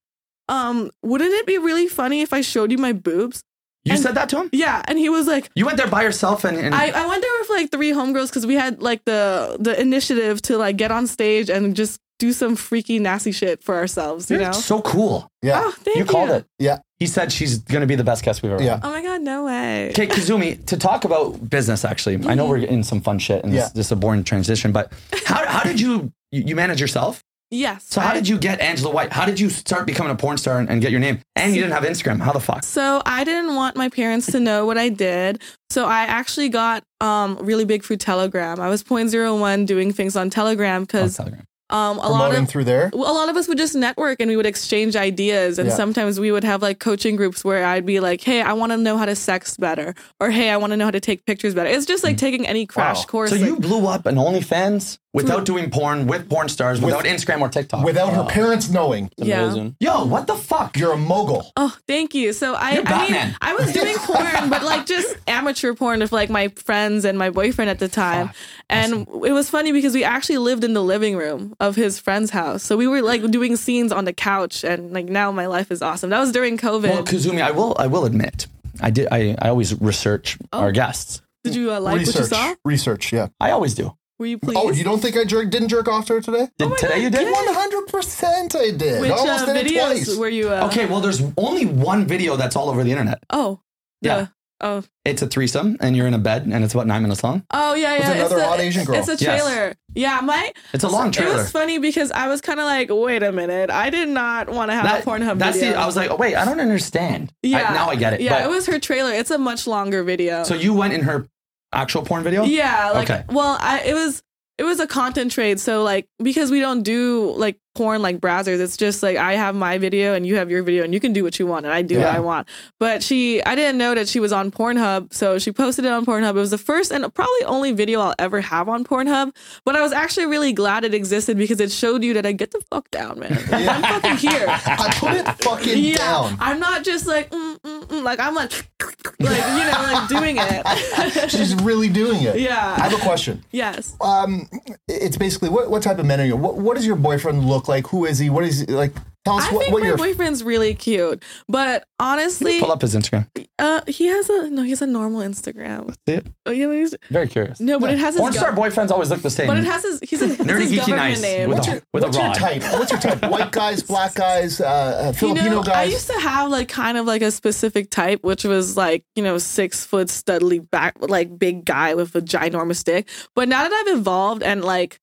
Speaker 1: um, wouldn't it be really funny if I showed you my boobs?
Speaker 3: You
Speaker 1: And-
Speaker 3: said that to him.
Speaker 1: Yeah. And he was like,
Speaker 3: You went there by yourself and, and
Speaker 1: I, I went there with like three homegirls because we had like the the initiative to like get on stage and just do some freaky nasty shit for ourselves, you
Speaker 3: You're
Speaker 1: know?
Speaker 3: so cool.
Speaker 4: Yeah.
Speaker 1: Oh, thank you.
Speaker 3: you called it.
Speaker 4: Yeah.
Speaker 3: He said she's gonna be the best guest we've ever.
Speaker 4: Yeah.
Speaker 3: had.
Speaker 1: Oh my god, no way.
Speaker 3: Okay, Kazumi, to talk about business, actually, I know we're in some fun shit and
Speaker 4: Yeah.
Speaker 3: this, this is a boring transition, but how, how did you, you you manage yourself?
Speaker 1: Yes.
Speaker 3: So how
Speaker 1: I-
Speaker 3: did you get Angela White? How did you start becoming a porn star and, and get your name? And you didn't have Instagram. How the fuck?
Speaker 1: So I didn't want my parents to know what I did. So I actually got um really big through Telegram. I was 0.01 doing things on Telegram
Speaker 3: On
Speaker 1: because
Speaker 3: Telegram.
Speaker 1: um a lot
Speaker 4: Promoting
Speaker 1: of
Speaker 4: through there.
Speaker 1: well, a lot of us would just network and we would exchange ideas and
Speaker 4: Yeah.
Speaker 1: sometimes we would have like coaching groups where I'd be like, "Hey, I want to know how to sex better," or "Hey, I want to know how to take pictures better." It's just like taking any crash
Speaker 4: Mm. Wow.
Speaker 1: course.
Speaker 3: So
Speaker 1: like-
Speaker 3: you blew up an OnlyFans without doing porn with porn stars, without Instagram or TikTok.
Speaker 4: Without her parents knowing,
Speaker 2: It's
Speaker 1: Yeah.
Speaker 2: amazing.
Speaker 3: Yo, what the fuck?
Speaker 4: you're a mogul.
Speaker 1: Oh, thank you. So I,
Speaker 3: You're
Speaker 1: I mean,
Speaker 3: Batman.
Speaker 1: I was doing porn, but like just amateur porn of like my friends and my boyfriend at the time. And it was funny because we actually lived in the living room of his friend's house. So we were like doing scenes on the couch and like now my life is awesome. That was during COVID.
Speaker 3: Well, Kazumi, I will I will admit, I did I, I always research our guests.
Speaker 1: Did you uh, like what you
Speaker 4: research,
Speaker 1: saw?
Speaker 4: research. Yeah.
Speaker 3: I always do.
Speaker 1: Were you pleased?
Speaker 4: Oh, you don't think I jerk, didn't jerk off to her today?
Speaker 3: Did, today you did?
Speaker 4: One hundred percent, I did.
Speaker 1: Which
Speaker 4: I almost
Speaker 1: uh,
Speaker 4: did it
Speaker 1: videos
Speaker 4: twice.
Speaker 1: were you? Uh,
Speaker 3: Okay, well, there's only one video that's all over the internet.
Speaker 1: Oh,
Speaker 3: Yeah.
Speaker 1: yeah. Oh,
Speaker 3: It's a threesome, and you're in a bed, and it's about nine minutes long.
Speaker 1: oh yeah, yeah. It's
Speaker 4: another
Speaker 1: the-
Speaker 4: hot Asian girl.
Speaker 1: It's a
Speaker 3: Yes.
Speaker 1: trailer. Yeah, my
Speaker 3: It's a long
Speaker 1: It
Speaker 3: trailer.
Speaker 1: was funny because I was kind of like, wait a minute, I did not want to have
Speaker 3: That-
Speaker 1: a Pornhub
Speaker 3: that's
Speaker 1: video.
Speaker 3: the. I was like, oh wait, I don't understand. I-
Speaker 1: yeah,
Speaker 3: now I get it.
Speaker 1: Yeah,
Speaker 3: but-
Speaker 1: it was her trailer. It's a much longer video.
Speaker 3: So you went in her actual porn video?
Speaker 1: yeah, like
Speaker 3: Okay.
Speaker 1: well, I it was it was a content trade. So like because we don't do like porn like browsers, it's just like I have my video and you have your video and you can do what you want and I do what
Speaker 3: Yeah.
Speaker 1: I want. But she, I didn't know that she was on Pornhub, so she posted it on Pornhub. It was the first and probably only video I'll ever have on Pornhub. But I was actually really glad it existed because it showed you that I get the fuck down, man. Like, I'm fucking here.
Speaker 4: I put it fucking
Speaker 1: Yeah,
Speaker 4: down.
Speaker 1: I'm not just like mm, mm, mm, like I'm like like you know like doing it.
Speaker 4: She's really doing it. I
Speaker 1: yeah.
Speaker 4: have a question.
Speaker 1: Yes.
Speaker 4: Um, it's basically what, what type of men are you? What, what does your boyfriend look like? Who is he? What is he like? Tell us
Speaker 1: I
Speaker 4: what,
Speaker 1: think
Speaker 4: what
Speaker 1: my
Speaker 4: your
Speaker 1: boyfriend's really cute, but honestly,
Speaker 3: Pull up his Instagram.
Speaker 1: uh, he has a no. He has a normal Instagram.
Speaker 3: See it?
Speaker 1: Oh yeah, he's,
Speaker 3: Very curious.
Speaker 1: no, but it has his.
Speaker 3: Porn star
Speaker 1: Go-
Speaker 3: boyfriends always look the same.
Speaker 1: but it has his. He's a it's
Speaker 3: Nerdy,
Speaker 1: his
Speaker 3: geeky,
Speaker 1: government
Speaker 3: nice.
Speaker 1: name.
Speaker 3: With
Speaker 4: what's your,
Speaker 3: with a
Speaker 4: what's your
Speaker 3: rod.
Speaker 4: type? What's your type? White guys, black guys, uh, uh,
Speaker 1: you
Speaker 4: Filipino
Speaker 1: know, I
Speaker 4: guys.
Speaker 1: used to have like kind of like a specific type, which was like you know six foot studly back, like big guy with a ginormous dick. But now that I've evolved and like,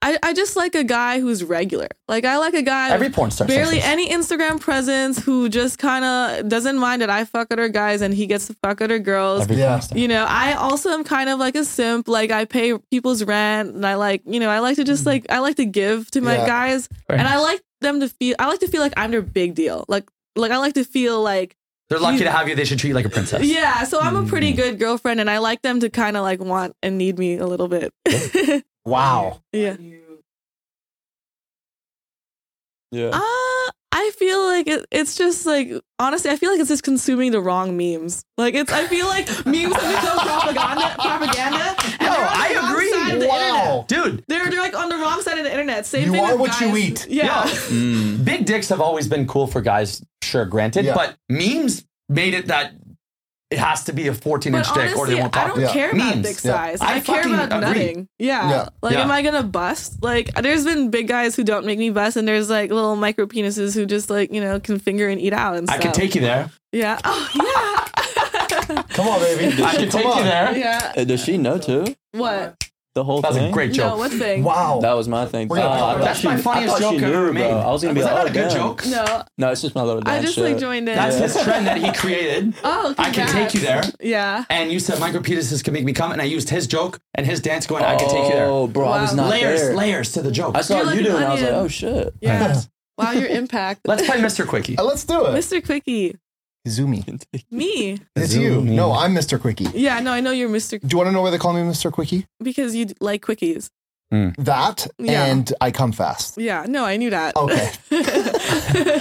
Speaker 1: I, I just like a guy who's regular. Like I like a guy
Speaker 3: Every
Speaker 1: with
Speaker 3: porn star. says
Speaker 1: barely
Speaker 3: this.
Speaker 1: any Instagram presence who just kind of doesn't mind that I fuck other guys and he gets to fuck other girls.
Speaker 3: Every
Speaker 4: Yeah.
Speaker 3: porn star.
Speaker 1: you know, I also am kind of like a simp. Like I pay people's rent, and I like, you know, I like to just like I like to give to my
Speaker 4: Mm-hmm. Yeah.
Speaker 1: guys,
Speaker 3: Very
Speaker 1: and I
Speaker 3: nice.
Speaker 1: like them to feel. I like to feel like I'm their big deal. Like, like I like to feel like,
Speaker 3: They're lucky
Speaker 1: you-
Speaker 3: to have you. They should treat you like a princess.
Speaker 1: yeah. So I'm a
Speaker 4: Mm.
Speaker 1: pretty good girlfriend, and I like them to kind of like want and need me a little bit.
Speaker 4: wow.
Speaker 1: yeah.
Speaker 2: Yeah.
Speaker 1: Uh, I feel like it, it's just like honestly, I feel like it's just consuming the wrong memes. Like it's, I feel like memes have become propaganda. Propaganda. and
Speaker 3: Yo,
Speaker 1: they're on
Speaker 3: I
Speaker 1: the wrong
Speaker 3: agree.
Speaker 1: side of the internet.
Speaker 4: Wow.
Speaker 3: Dude,
Speaker 1: They're, they're like on the wrong side of the internet. Same
Speaker 4: You
Speaker 1: thing.
Speaker 4: are
Speaker 1: with
Speaker 4: what you
Speaker 1: guys.
Speaker 4: eat.
Speaker 1: Yeah.
Speaker 3: Yo.
Speaker 2: Mm.
Speaker 3: big dicks have always been cool for guys, sure, granted,
Speaker 4: Yeah.
Speaker 3: but memes made it that it has to be a 14
Speaker 1: But
Speaker 3: inch dick or
Speaker 1: honestly, I
Speaker 3: they won't talk
Speaker 1: don't
Speaker 3: to you.
Speaker 4: Yeah.
Speaker 1: care about
Speaker 3: Memes.
Speaker 1: dick
Speaker 4: Yeah.
Speaker 1: size.
Speaker 3: I
Speaker 1: I, care
Speaker 3: fucking
Speaker 1: about
Speaker 3: agree.
Speaker 1: nothing. Yeah.
Speaker 4: Yeah.
Speaker 1: Like,
Speaker 3: Yeah.
Speaker 1: am I gonna bust? Like, there's been big guys who don't make me bust, and there's like little micro penises who just like you know can finger and eat out and
Speaker 3: I
Speaker 1: stuff.
Speaker 3: can take you there.
Speaker 1: Yeah. Oh yeah.
Speaker 4: Come on, baby.
Speaker 3: I can take
Speaker 4: Come
Speaker 3: you
Speaker 4: on.
Speaker 3: there.
Speaker 1: yeah.
Speaker 2: Uh, Does she know too?
Speaker 1: What?
Speaker 2: The whole
Speaker 3: That's
Speaker 2: thing.
Speaker 3: a great
Speaker 1: No,
Speaker 3: joke.
Speaker 1: what thing?
Speaker 4: Wow.
Speaker 2: That was my thing.
Speaker 4: We're gonna
Speaker 2: Uh,
Speaker 4: call
Speaker 2: I
Speaker 4: her.
Speaker 2: thought
Speaker 4: That's
Speaker 2: she-
Speaker 3: my funniest
Speaker 2: I thought she
Speaker 3: joke I've
Speaker 2: knew,
Speaker 3: ever
Speaker 2: bro.
Speaker 3: made.
Speaker 2: I was gonna be
Speaker 3: Was
Speaker 2: like,
Speaker 3: that not
Speaker 2: oh,
Speaker 3: a good
Speaker 2: damn.
Speaker 3: joke?
Speaker 1: No,
Speaker 2: No, it's just my little.
Speaker 1: I
Speaker 2: dad
Speaker 1: just
Speaker 2: shit.
Speaker 1: like joined in.
Speaker 3: That's his trend that he created.
Speaker 1: oh,
Speaker 3: I can take you there.
Speaker 1: congrats. Yeah.
Speaker 3: And you said Michael Petersis can make me come, and I used his joke and his dance going, I can take you there.
Speaker 2: Oh, bro, I was
Speaker 1: Wow.
Speaker 2: not
Speaker 3: Layers,
Speaker 2: there.
Speaker 3: layers to the joke.
Speaker 2: I saw
Speaker 1: You're like
Speaker 2: you
Speaker 1: an
Speaker 2: doing. it. I was like,
Speaker 1: onion.
Speaker 2: oh shit.
Speaker 1: Yeah. wow, your impact.
Speaker 3: Let's play Mr. Quickie.
Speaker 4: Uh, Let's do it.
Speaker 1: Mr. Quickie.
Speaker 4: Izumi.
Speaker 1: Me.
Speaker 4: It's you.
Speaker 2: Izumi.
Speaker 4: No, I'm Mr. Quickie.
Speaker 1: Yeah, no, I know you're Mr.
Speaker 4: Do you want to know why they call me Mr. Quickie?
Speaker 1: because you d- like quickies.
Speaker 4: That
Speaker 1: Yeah.
Speaker 4: and I come fast.
Speaker 1: Yeah, no, I knew that.
Speaker 4: Okay.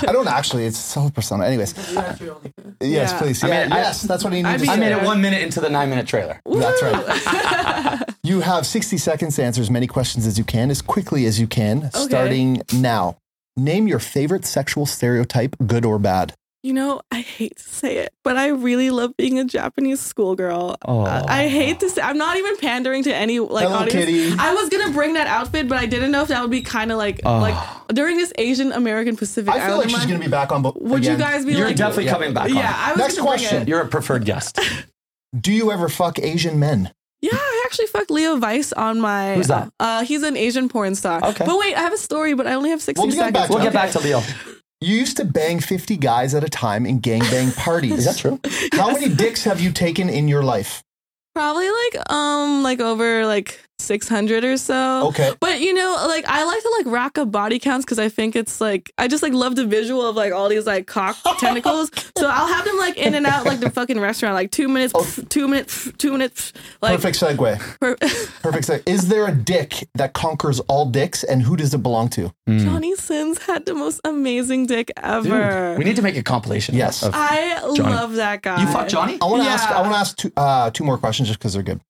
Speaker 4: I don't actually. It's a solid persona. Anyways. Yes,
Speaker 1: Yeah.
Speaker 4: please.
Speaker 3: I
Speaker 4: Yeah,
Speaker 3: mean, I-
Speaker 4: yes, that's what you need
Speaker 1: I
Speaker 4: to
Speaker 1: mean-
Speaker 3: I
Speaker 4: say.
Speaker 3: made it one minute into the nine minute trailer.
Speaker 4: That's right. you have 60 seconds to answer as many questions as you can, as quickly as you can, starting now. Name your favorite sexual stereotype, good or bad.
Speaker 1: you know, I hate to say it, but I really love being a Japanese schoolgirl.
Speaker 2: Oh,
Speaker 1: I hate to say I'm not even pandering to any like
Speaker 4: Hello
Speaker 1: audience.
Speaker 4: Kitty.
Speaker 1: I was gonna bring that outfit, but I didn't know if that would be kind of like like during this Asian American Pacific
Speaker 4: I feel like
Speaker 1: Islander
Speaker 4: she's
Speaker 1: month,
Speaker 4: going to be back on. Bo-
Speaker 1: Would you
Speaker 4: again.
Speaker 1: guys be
Speaker 3: You're
Speaker 1: like?
Speaker 3: definitely
Speaker 4: Yeah.
Speaker 3: coming back on.
Speaker 1: yeah, I was
Speaker 4: Next
Speaker 1: gonna bring
Speaker 4: question.
Speaker 1: it.
Speaker 3: You're a preferred guest.
Speaker 4: Do you ever fuck Asian men?
Speaker 1: Yeah, I actually fucked Leo Weiss on my.
Speaker 3: Who's that?
Speaker 1: Uh, he's an Asian porn star.
Speaker 3: Okay.
Speaker 1: But wait, I have a story, but I only have 60
Speaker 4: We'll get
Speaker 1: seconds.
Speaker 4: back to
Speaker 3: We'll
Speaker 4: it.
Speaker 3: get back to Leo.
Speaker 4: You used to bang 50 guys at a time in gangbang parties. Is that true? How many dicks have you taken in your life?
Speaker 1: Probably like um like over like 600 or so.
Speaker 4: Okay.
Speaker 1: But you know, like I like to like rack up body counts because I think it's like I just like love the visual of like all these like cock tentacles. So I'll have them like in and out like the fucking restaurant, like two minutes, pff, two minutes, pff, two minutes. pff, Like
Speaker 4: Perfect segue.
Speaker 1: per-
Speaker 4: Perfect segue. Is there a dick that conquers all dicks and who does it belong to?
Speaker 3: Hmm.
Speaker 1: Johnny Sins had the most amazing dick ever.
Speaker 3: We need to make a compilation.
Speaker 4: Yes.
Speaker 3: of-
Speaker 1: I love that guy.
Speaker 3: you fuck Johnny?
Speaker 4: I want to ask.
Speaker 1: Yeah.
Speaker 4: I want to ask two, uh, two more questions just because they're good.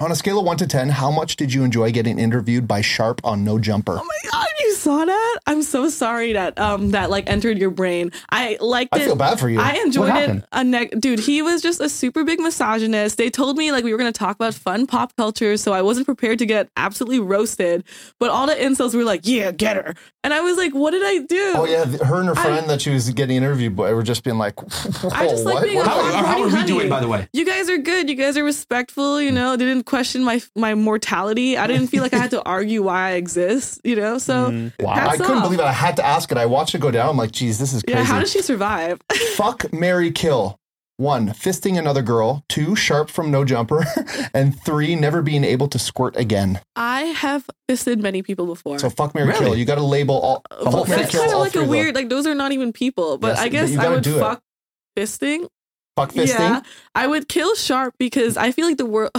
Speaker 4: On a scale of one to ten, how much did you enjoy getting interviewed by Sharp on No Jumper?
Speaker 1: Oh my god, you saw that? I'm so sorry that um that like entered your brain. I liked
Speaker 4: I
Speaker 1: it.
Speaker 4: feel bad for you.
Speaker 1: I enjoyed
Speaker 3: What
Speaker 1: it.
Speaker 3: happened?
Speaker 1: A neg- dude, he was just a super big misogynist. They told me like we were gonna talk about fun pop culture, so I wasn't prepared to get absolutely roasted. But all the incels were like, "Yeah, get her," and I was like, "What did I do?"
Speaker 4: oh yeah, th- her and her friend that she was getting interviewed by were just being like,
Speaker 1: I just like
Speaker 4: what?
Speaker 1: being
Speaker 4: What?
Speaker 1: a
Speaker 3: Oh, How, are-
Speaker 1: hard
Speaker 3: how are we
Speaker 1: honey.
Speaker 3: doing, by the way?
Speaker 1: You guys are good. You guys are respectful. You know, they didn't question my my mortality. I didn't feel like I had to argue why I exist. You know, so
Speaker 3: Wow.
Speaker 1: hats
Speaker 4: I couldn't
Speaker 1: off.
Speaker 4: believe it. I had to ask it. I watched it go down. I'm like, geez, this is crazy.
Speaker 1: Yeah, how does she survive?
Speaker 4: Fuck Mary Kill. One, fisting another girl. Two, Sharp from No Jumper. and three, never being able to squirt again.
Speaker 1: I have fisted many people before.
Speaker 4: So fuck Mary
Speaker 3: Really?
Speaker 4: Kill. You got to label all.
Speaker 3: whole
Speaker 4: fuck Mary
Speaker 1: Uh,
Speaker 3: fist?
Speaker 1: That's
Speaker 4: Kill.
Speaker 1: kind of
Speaker 4: all
Speaker 1: like
Speaker 4: three
Speaker 1: a
Speaker 4: of them.
Speaker 1: weird, like those are not even people. But
Speaker 4: Yes,
Speaker 1: I
Speaker 4: but
Speaker 1: guess
Speaker 4: you
Speaker 1: I
Speaker 4: gotta
Speaker 1: would
Speaker 4: do it.
Speaker 1: fuck fisting.
Speaker 4: Fuck fisting.
Speaker 1: Yeah, I would kill Sharp because I feel like the world.